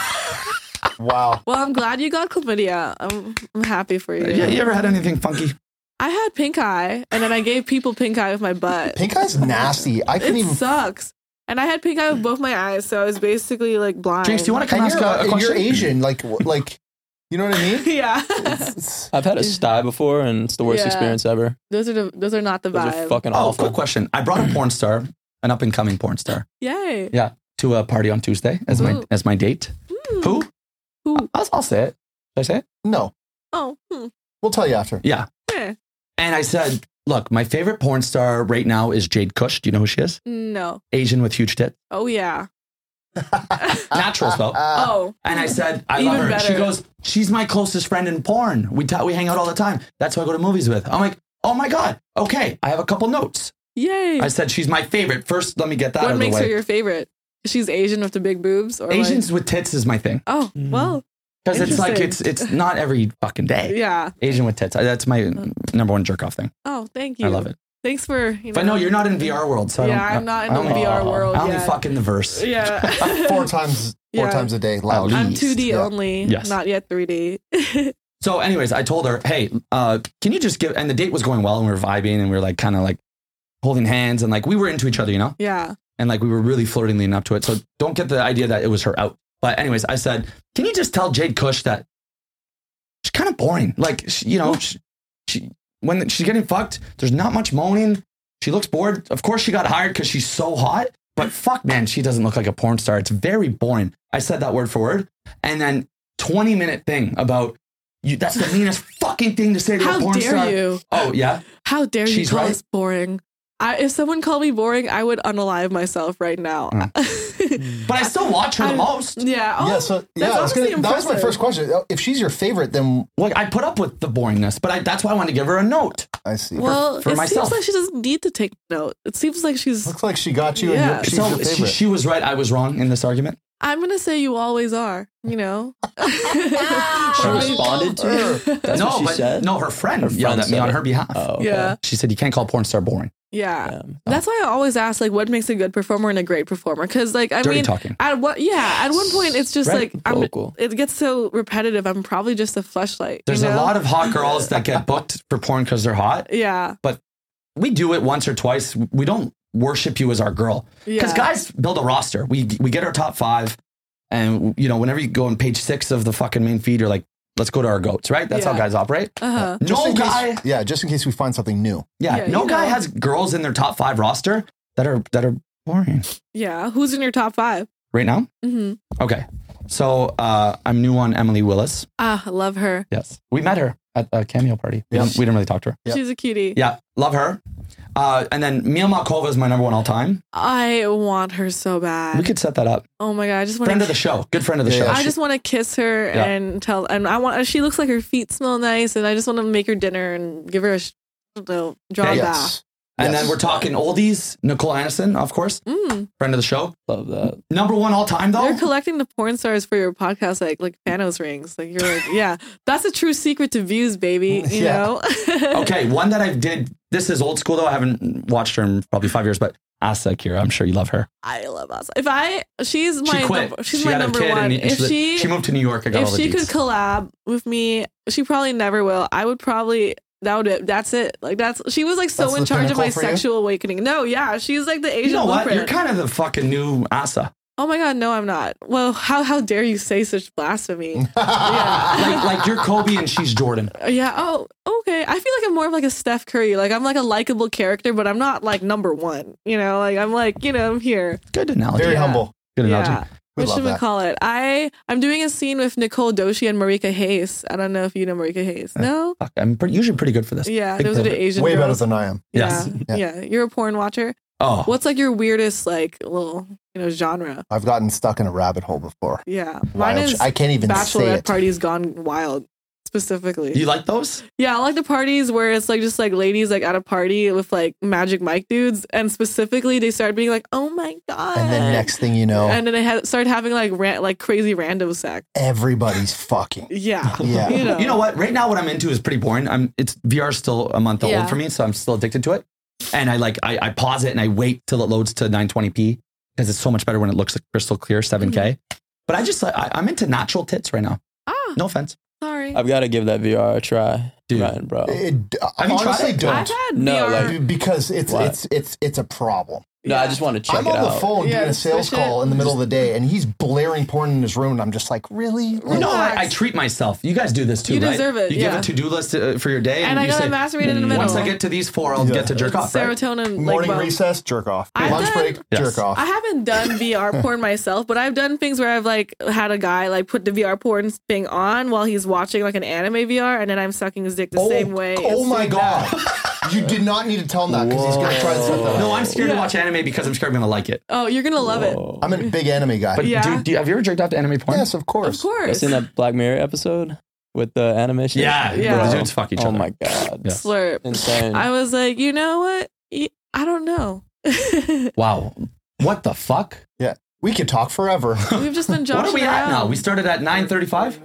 Speaker 4: Wow.
Speaker 1: Well, I'm glad you got chlamydia. I'm, I'm happy for you.
Speaker 3: Yeah, you ever had anything funky?
Speaker 1: I had pink eye, and then I gave people pink eye with my butt.
Speaker 4: Pink eye's nasty. I couldn't
Speaker 1: it
Speaker 4: even.
Speaker 1: sucks. And I had pink eye with both my eyes, so I was basically like blind.
Speaker 3: James, do you want to come
Speaker 4: And
Speaker 3: ask
Speaker 4: you're,
Speaker 3: a, a
Speaker 4: and
Speaker 3: question?
Speaker 4: you're Asian, like like, you know what I mean?
Speaker 1: Yeah,
Speaker 4: It's-
Speaker 2: I've had a sty before, and it's the worst
Speaker 1: Yeah.
Speaker 2: experience ever.
Speaker 1: those are the, those are not the
Speaker 2: Those
Speaker 1: vibe.
Speaker 2: are fucking
Speaker 3: Oh,
Speaker 2: awful.
Speaker 3: quick question. I brought a porn star, an up and coming porn star,
Speaker 1: Yay!
Speaker 3: Yeah. to a party on Tuesday as my
Speaker 1: Ooh.
Speaker 3: as my date.
Speaker 1: Hmm.
Speaker 3: Who?
Speaker 1: Who?
Speaker 3: I'll, I'll say it. Should I say it?
Speaker 4: no,
Speaker 1: Oh, hmm.
Speaker 4: we'll tell you after.
Speaker 3: Yeah.
Speaker 1: Eh.
Speaker 3: And I said, look, my favorite porn star right now is Jade Cush. Do you know who she is?
Speaker 1: no.
Speaker 3: Asian with huge tit.
Speaker 1: Oh yeah.
Speaker 3: Natural though.
Speaker 4: Uh,
Speaker 1: oh,
Speaker 3: Ah. And I said, I love
Speaker 1: Even
Speaker 3: her. She
Speaker 1: better.
Speaker 3: goes, she's my closest friend in porn. We ta- we hang out all the time. That's who I go to movies with. I'm like, oh my god. Okay, I have a couple notes.
Speaker 1: yay!
Speaker 3: I said she's my favorite. First, let me get that out
Speaker 1: what
Speaker 3: of the
Speaker 1: makes her
Speaker 3: way.
Speaker 1: your favorite? She's Asian with the big boobs, or like-
Speaker 3: Asians with tits is my thing
Speaker 1: oh
Speaker 2: Mm.
Speaker 1: well,
Speaker 3: because it's like it's
Speaker 1: Interesting.
Speaker 3: it's not every fucking day.
Speaker 1: yeah.
Speaker 3: Asian with tits. I- That's my number one jerk off thing.
Speaker 1: Oh, thank you.
Speaker 3: I love it.
Speaker 1: Thanks for. You know,
Speaker 3: But no, you're not in VR world, so
Speaker 1: yeah,
Speaker 3: I don't,
Speaker 1: I'm not in
Speaker 3: I
Speaker 1: the
Speaker 3: only-
Speaker 1: VR world
Speaker 3: I only
Speaker 1: yet.
Speaker 3: fuck in the verse.
Speaker 1: yeah.
Speaker 4: four times, four
Speaker 1: Yeah.
Speaker 4: times a day, loud.
Speaker 3: At
Speaker 1: I'm
Speaker 3: least,
Speaker 1: 2D
Speaker 4: yeah.
Speaker 1: only,
Speaker 3: Yes.
Speaker 1: not yet 3D.
Speaker 3: So, anyways, I told her, hey, uh, can you just give? And the date was going well, and we were vibing, and we were like kind of like holding hands, and like we were into each other, you know.
Speaker 1: yeah.
Speaker 3: and like we were really flirting leading up to it. So don't get the idea that it was her out. But anyways, I said, can you just tell Jade Cush that she's kind of boring? Like she, you know, she, she when she's getting fucked, there's not much moaning. She looks bored. Of course, she got hired because she's so hot. But fuck, man, she doesn't look like a porn star. It's very boring. I said that word for word, and then 20 minute thing about you. That's the meanest fucking thing to say to a
Speaker 1: How
Speaker 3: porn
Speaker 1: dare
Speaker 3: star.
Speaker 1: you?
Speaker 3: Oh yeah,
Speaker 1: How dare you
Speaker 3: She's
Speaker 1: call
Speaker 3: right.
Speaker 1: us boring? I, if someone called me boring, I would unalive myself right now.
Speaker 3: Hmm. but I still watch her the
Speaker 1: I'm-
Speaker 3: most.
Speaker 1: yeah. Oh,
Speaker 4: yeah, so yeah, I was
Speaker 1: honestly
Speaker 4: gonna, that was my
Speaker 1: impressive.
Speaker 4: first question. If she's your favorite, then
Speaker 3: Like I put up with the boringness, but I, that's why I wanted to give her a note.
Speaker 4: I see.
Speaker 1: well,
Speaker 3: for
Speaker 1: it
Speaker 3: myself.
Speaker 1: seems like she doesn't need to take note. It seems like she's.
Speaker 4: Looks like she got you, and
Speaker 1: Yeah.
Speaker 4: you're, she's
Speaker 3: so
Speaker 4: your
Speaker 3: she,
Speaker 4: favorite.
Speaker 3: she was right. I was wrong in this argument.
Speaker 1: I'm gonna say you always are. You know.
Speaker 2: She responded to you. That's
Speaker 3: no,
Speaker 2: what she
Speaker 3: but
Speaker 2: said.
Speaker 3: no, her friend
Speaker 2: Her
Speaker 3: yelled
Speaker 2: friend
Speaker 3: at me
Speaker 2: said
Speaker 3: on
Speaker 2: it.
Speaker 3: her behalf.
Speaker 2: Oh, okay.
Speaker 1: Yeah.
Speaker 3: She said, "You can't call porn star boring."
Speaker 1: Yeah.
Speaker 2: Damn.
Speaker 1: That's why I always ask, like, what makes a good performer and a great performer? Because, like, I
Speaker 3: Dirty
Speaker 1: mean,
Speaker 3: talking.
Speaker 1: at what, yeah, at one point, it's just
Speaker 2: Right,
Speaker 1: like, I'm,
Speaker 2: vocal.
Speaker 1: it gets so repetitive. I'm probably just a fleshlight.
Speaker 3: There's
Speaker 1: you know?
Speaker 3: a lot of hot girls that get booked for porn because they're hot.
Speaker 1: yeah,
Speaker 3: We do it once or twice. We don't worship you as our girl. Because
Speaker 1: Yeah.
Speaker 3: guys build a roster. We we get our top five, and you know whenever you go on page six of the fucking main feed, you're like, let's go to our goats, right? That's how
Speaker 1: Yeah.
Speaker 3: guys operate.
Speaker 1: Uh-huh.
Speaker 4: Just
Speaker 3: No
Speaker 4: in case-
Speaker 3: guy,
Speaker 4: yeah, just in case we find something new.
Speaker 3: yeah,
Speaker 1: Yeah,
Speaker 3: no
Speaker 1: you
Speaker 3: guy
Speaker 1: know.
Speaker 3: has girls in their top five roster that are that are boring
Speaker 1: Yeah. Who's in your top 5
Speaker 3: right now.
Speaker 1: Mm-hmm.
Speaker 3: Okay, so uh, I'm new on Emily Willis.
Speaker 1: Ah, I love her.
Speaker 3: Yes, we met her at a cameo party. We,
Speaker 4: Yeah.
Speaker 3: didn't, we didn't really talk to her.
Speaker 4: Yeah.
Speaker 1: She's a cutie.
Speaker 3: Yeah, love her. Uh, and then Mia Malkova is my number one all time.
Speaker 1: I want her so bad.
Speaker 3: We could set that up.
Speaker 1: oh my god, I just want
Speaker 3: Friend of
Speaker 1: to.
Speaker 3: the show. Good friend of the
Speaker 4: Yeah,
Speaker 3: show.
Speaker 4: yeah.
Speaker 1: I just want to kiss her
Speaker 3: Yeah.
Speaker 1: and tell, and I want. She looks like her feet smell nice, and I just want to make her dinner and give her a sh- little draw
Speaker 3: Yeah,
Speaker 1: bath.
Speaker 4: Yes.
Speaker 3: and
Speaker 4: Yes.
Speaker 3: then we're talking oldies. Nicole Aniston, of course,
Speaker 1: Mm.
Speaker 3: friend of the show.
Speaker 2: Love that.
Speaker 3: Number one all time though.
Speaker 1: You're collecting the porn stars for your podcast, like like Thanos rings. Like you're like, yeah, that's a true secret to views, baby. You
Speaker 4: Yeah.
Speaker 1: know.
Speaker 3: okay, one that I did. This is old school though. I haven't watched her in probably five years, but Asa Akira. I'm sure you love her.
Speaker 1: I love us. If I, she's
Speaker 3: She
Speaker 1: my,
Speaker 3: quit.
Speaker 1: number, she's
Speaker 3: she
Speaker 1: my
Speaker 3: had
Speaker 1: number
Speaker 3: a kid
Speaker 1: one.
Speaker 3: and
Speaker 1: if she,
Speaker 3: she moved to New York. I got all
Speaker 1: if
Speaker 3: the
Speaker 1: she could
Speaker 3: deets.
Speaker 1: collab with me, she probably never will. I would probably that would it. That's it. Like that's she was like so
Speaker 4: That's the
Speaker 1: in charge of
Speaker 4: pinnacle
Speaker 1: my
Speaker 4: for you?
Speaker 1: sexual awakening. No, yeah, she's like the Asian
Speaker 3: you know what?
Speaker 1: blueprint.
Speaker 3: You're kind of the fucking new Asa.
Speaker 1: oh my god, no, I'm not. Well, how how dare you say such blasphemy?
Speaker 3: Like,
Speaker 1: yeah.
Speaker 3: like you're Kobe and she's Jordan.
Speaker 1: yeah. Oh, okay. I feel like I'm more of like a Steph Curry. Like I'm like a likable character, but I'm not like number one. You know, like I'm like you know I'm here.
Speaker 3: Good analogy.
Speaker 4: Very
Speaker 1: Yeah.
Speaker 4: humble.
Speaker 3: Good analogy.
Speaker 1: Yeah.
Speaker 4: We
Speaker 1: What
Speaker 4: love
Speaker 1: should we
Speaker 4: that.
Speaker 1: call it? I I'm doing a scene with Nicole Doshi and Marika Hayes. I don't know if you know Marika Hayes.
Speaker 3: Uh,
Speaker 1: No.
Speaker 3: Fuck, I'm pretty, usually pretty good for this.
Speaker 1: Yeah,
Speaker 3: Big
Speaker 1: those are the
Speaker 3: pivot.
Speaker 1: Asian
Speaker 4: Way better
Speaker 1: girls.
Speaker 4: than I am.
Speaker 3: Yes.
Speaker 1: Yeah, yeah. You're a porn watcher.
Speaker 3: Oh,
Speaker 1: What's like your weirdest like little you know genre?
Speaker 4: I've gotten stuck in a rabbit hole before.
Speaker 1: Yeah, mine
Speaker 4: Wild sh-
Speaker 1: is
Speaker 4: I can't even say
Speaker 1: bachelorette
Speaker 4: it.
Speaker 1: parties gone wild specifically.
Speaker 3: you like those?
Speaker 1: Yeah, I like the parties where it's like just like ladies like at a party with like Magic Mike dudes, and specifically they start being like, oh my god,
Speaker 4: And then next thing you know,
Speaker 1: and then they ha- start having like ran- like crazy random sex.
Speaker 4: everybody's fucking.
Speaker 1: Yeah,
Speaker 4: Yeah.
Speaker 1: you know,
Speaker 3: You know what? Right now, what I'm into is pretty boring. I'm it's VR's still a month
Speaker 1: Yeah.
Speaker 3: old for me, so I'm still addicted to it. And I like I, I pause it and I wait till it loads to 920p because it's so much better when it looks like crystal clear 7k.
Speaker 1: Mm-hmm.
Speaker 3: But I just like I, I'm into natural tits right now.
Speaker 1: Ah,
Speaker 3: No offense.
Speaker 1: sorry.
Speaker 2: I've got to give that VR a try,
Speaker 3: Dude.
Speaker 2: Ryan, bro.
Speaker 4: It,
Speaker 3: Have you tried
Speaker 4: honestly,
Speaker 3: it?
Speaker 1: I've
Speaker 4: don't.
Speaker 1: had
Speaker 2: No,
Speaker 1: VR.
Speaker 2: like-
Speaker 4: Be- because it's
Speaker 2: What?
Speaker 4: it's it's it's a problem.
Speaker 2: No,
Speaker 1: Yeah.
Speaker 2: I just want to check
Speaker 4: I'm
Speaker 2: it
Speaker 4: on
Speaker 2: out.
Speaker 4: the phone
Speaker 1: Yeah,
Speaker 4: doing a sales
Speaker 1: switch it.
Speaker 4: call in the middle of the day, and he's blaring porn in his room. And I'm just like, really?
Speaker 1: Relax.
Speaker 3: No, I, I treat myself. You guys do this too,
Speaker 1: You
Speaker 3: right?
Speaker 1: deserve it,
Speaker 3: You
Speaker 1: yeah.
Speaker 3: give a to do list uh, for your day,
Speaker 1: and
Speaker 3: and,
Speaker 1: I
Speaker 3: you
Speaker 1: gotta
Speaker 3: say,
Speaker 1: masturbate in the middle.
Speaker 3: once I get to these four, I'll
Speaker 4: Yeah.
Speaker 3: get to jerk off. Right?
Speaker 1: serotonin,
Speaker 4: Morning
Speaker 1: like, bump.
Speaker 4: recess, jerk off.
Speaker 1: I've
Speaker 4: Lunch
Speaker 1: done-
Speaker 4: break,
Speaker 3: Yes.
Speaker 4: jerk off.
Speaker 1: I haven't done VR porn myself, but I've done things where I've like had a guy like put the VR porn thing on while he's watching like an anime VR, and then I'm sucking his dick the same way.
Speaker 4: Oh
Speaker 1: It's
Speaker 4: my
Speaker 1: like
Speaker 4: god!
Speaker 1: that.
Speaker 4: you did not need to tell him that because he's gonna try to set that up.
Speaker 3: No, I'm scared to
Speaker 1: Yeah.
Speaker 3: watch anime because I'm scared I'm gonna like it.
Speaker 1: Oh, you're gonna love it.
Speaker 2: Whoa.
Speaker 4: I'm a big anime guy.
Speaker 3: But
Speaker 1: Yeah.
Speaker 3: dude, do you, have you ever jerked off to anime porn?
Speaker 4: yes, of course.
Speaker 1: Of course.
Speaker 2: You seen that Black Mirror episode with the animation?
Speaker 3: Yeah,
Speaker 1: Yeah.
Speaker 3: yeah. The dudes fuck each
Speaker 2: Oh
Speaker 3: other.
Speaker 2: my god,
Speaker 3: Yeah.
Speaker 1: Slurp.
Speaker 2: insane.
Speaker 1: I was like, you know what? Y- I don't know. We've
Speaker 3: Wow. What the fuck?
Speaker 4: We could talk forever.
Speaker 1: just been joshing
Speaker 3: what are we
Speaker 1: around.
Speaker 3: at now? We started at 9.35?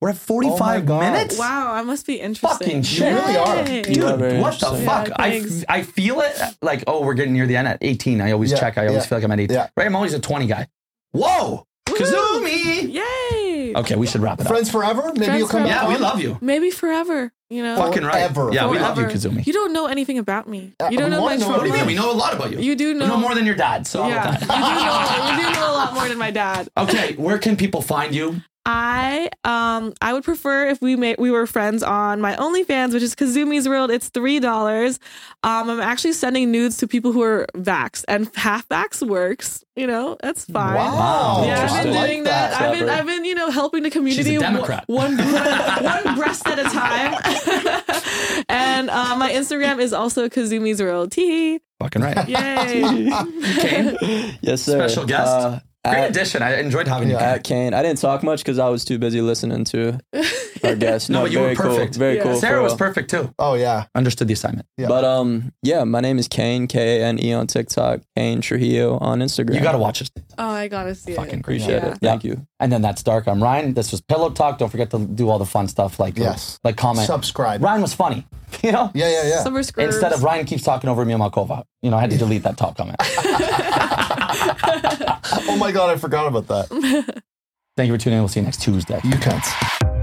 Speaker 3: We're at 45
Speaker 4: Oh God.
Speaker 3: minutes?
Speaker 1: wow, I must be interesting.
Speaker 3: Fucking shit.
Speaker 4: You really are.
Speaker 1: Yay.
Speaker 3: Dude,
Speaker 2: You are very
Speaker 3: what the
Speaker 2: interesting.
Speaker 3: fuck?
Speaker 1: Yeah,
Speaker 3: I,
Speaker 1: thanks.
Speaker 3: f- I feel it like, oh, we're getting near the end at 18. I always
Speaker 4: Yeah,
Speaker 3: check. I always
Speaker 4: yeah,
Speaker 3: feel like I'm at 18.
Speaker 4: yeah.
Speaker 3: Right? I'm always a 20 guy. Whoa!
Speaker 1: Woo!
Speaker 3: Kazumi!
Speaker 1: Yay!
Speaker 3: Okay, we should wrap it up.
Speaker 4: Friends forever? Maybe
Speaker 1: Friends
Speaker 4: you'll come
Speaker 1: forever.
Speaker 4: back
Speaker 3: Yeah, we
Speaker 4: on?
Speaker 3: love you.
Speaker 1: Maybe forever. You know.
Speaker 3: Fucking right.
Speaker 4: Forever.
Speaker 3: Yeah, we love you,
Speaker 1: Forever.
Speaker 3: Kazumi.
Speaker 1: You don't know anything about me.
Speaker 4: Uh,
Speaker 1: You don't
Speaker 4: we
Speaker 1: know my
Speaker 4: wanna know
Speaker 1: troubles.
Speaker 3: What do you mean? We know a lot about you.
Speaker 1: You do
Speaker 3: We
Speaker 1: know.
Speaker 3: know more than your dad. So
Speaker 1: Yeah, you do know. You do know a lot more than my dad.
Speaker 3: Okay, where can people find you?
Speaker 1: I um I would prefer if we made we were friends on my OnlyFans, which is Kazumi's World. It's three dollars. Um, I'm actually sending nudes to people who are vaxxed, and half vax works. You know, that's fine.
Speaker 4: Wow.
Speaker 1: Yeah, I've been
Speaker 2: Interesting.
Speaker 1: doing that. I've been,
Speaker 2: Clever.
Speaker 1: I've been, you know, helping the community
Speaker 3: She's a
Speaker 1: one-
Speaker 3: Democrat.
Speaker 1: one one breast at a time. and uh, my Instagram is also Kazumi's World. Tee.
Speaker 3: Fucking right.
Speaker 1: Yay.
Speaker 3: Kane,
Speaker 2: yes, sir.
Speaker 3: Special guest.
Speaker 2: Uh,
Speaker 3: great
Speaker 2: at,
Speaker 3: addition. I enjoyed having you. Kane.
Speaker 4: Yeah.
Speaker 2: at Kane, I didn't talk much because I was too busy listening to our guest.
Speaker 3: No, but you were
Speaker 2: very
Speaker 3: perfect.
Speaker 2: Cool. Very
Speaker 1: Yeah.
Speaker 2: cool. for
Speaker 3: Sarah was
Speaker 2: real.
Speaker 3: perfect too.
Speaker 4: Oh yeah.
Speaker 3: Understood the assignment.
Speaker 4: Yeah.
Speaker 2: But um, yeah, my name is Kane K A N E on TikTok, Kane Trujillo on Instagram.
Speaker 3: You got to watch it.
Speaker 1: Oh, I gotta see
Speaker 3: Fucking
Speaker 1: it.
Speaker 2: appreciate
Speaker 1: Yeah.
Speaker 2: it. Thank you.
Speaker 3: And then that's dark. I'm Ryan. This was Pillow Talk. Don't forget to do all the fun stuff like
Speaker 4: Yes.
Speaker 3: like comment.
Speaker 4: Subscribe.
Speaker 3: Ryan was funny. You know.
Speaker 4: Yeah, yeah, yeah.
Speaker 1: Summer skirts.
Speaker 3: Instead of Ryan keeps talking over me and Malkova. You know, I had to delete that top comment.
Speaker 4: Oh my god, I forgot about that.
Speaker 3: Thank you for tuning in. We'll see you next Tuesday.
Speaker 4: You cunts.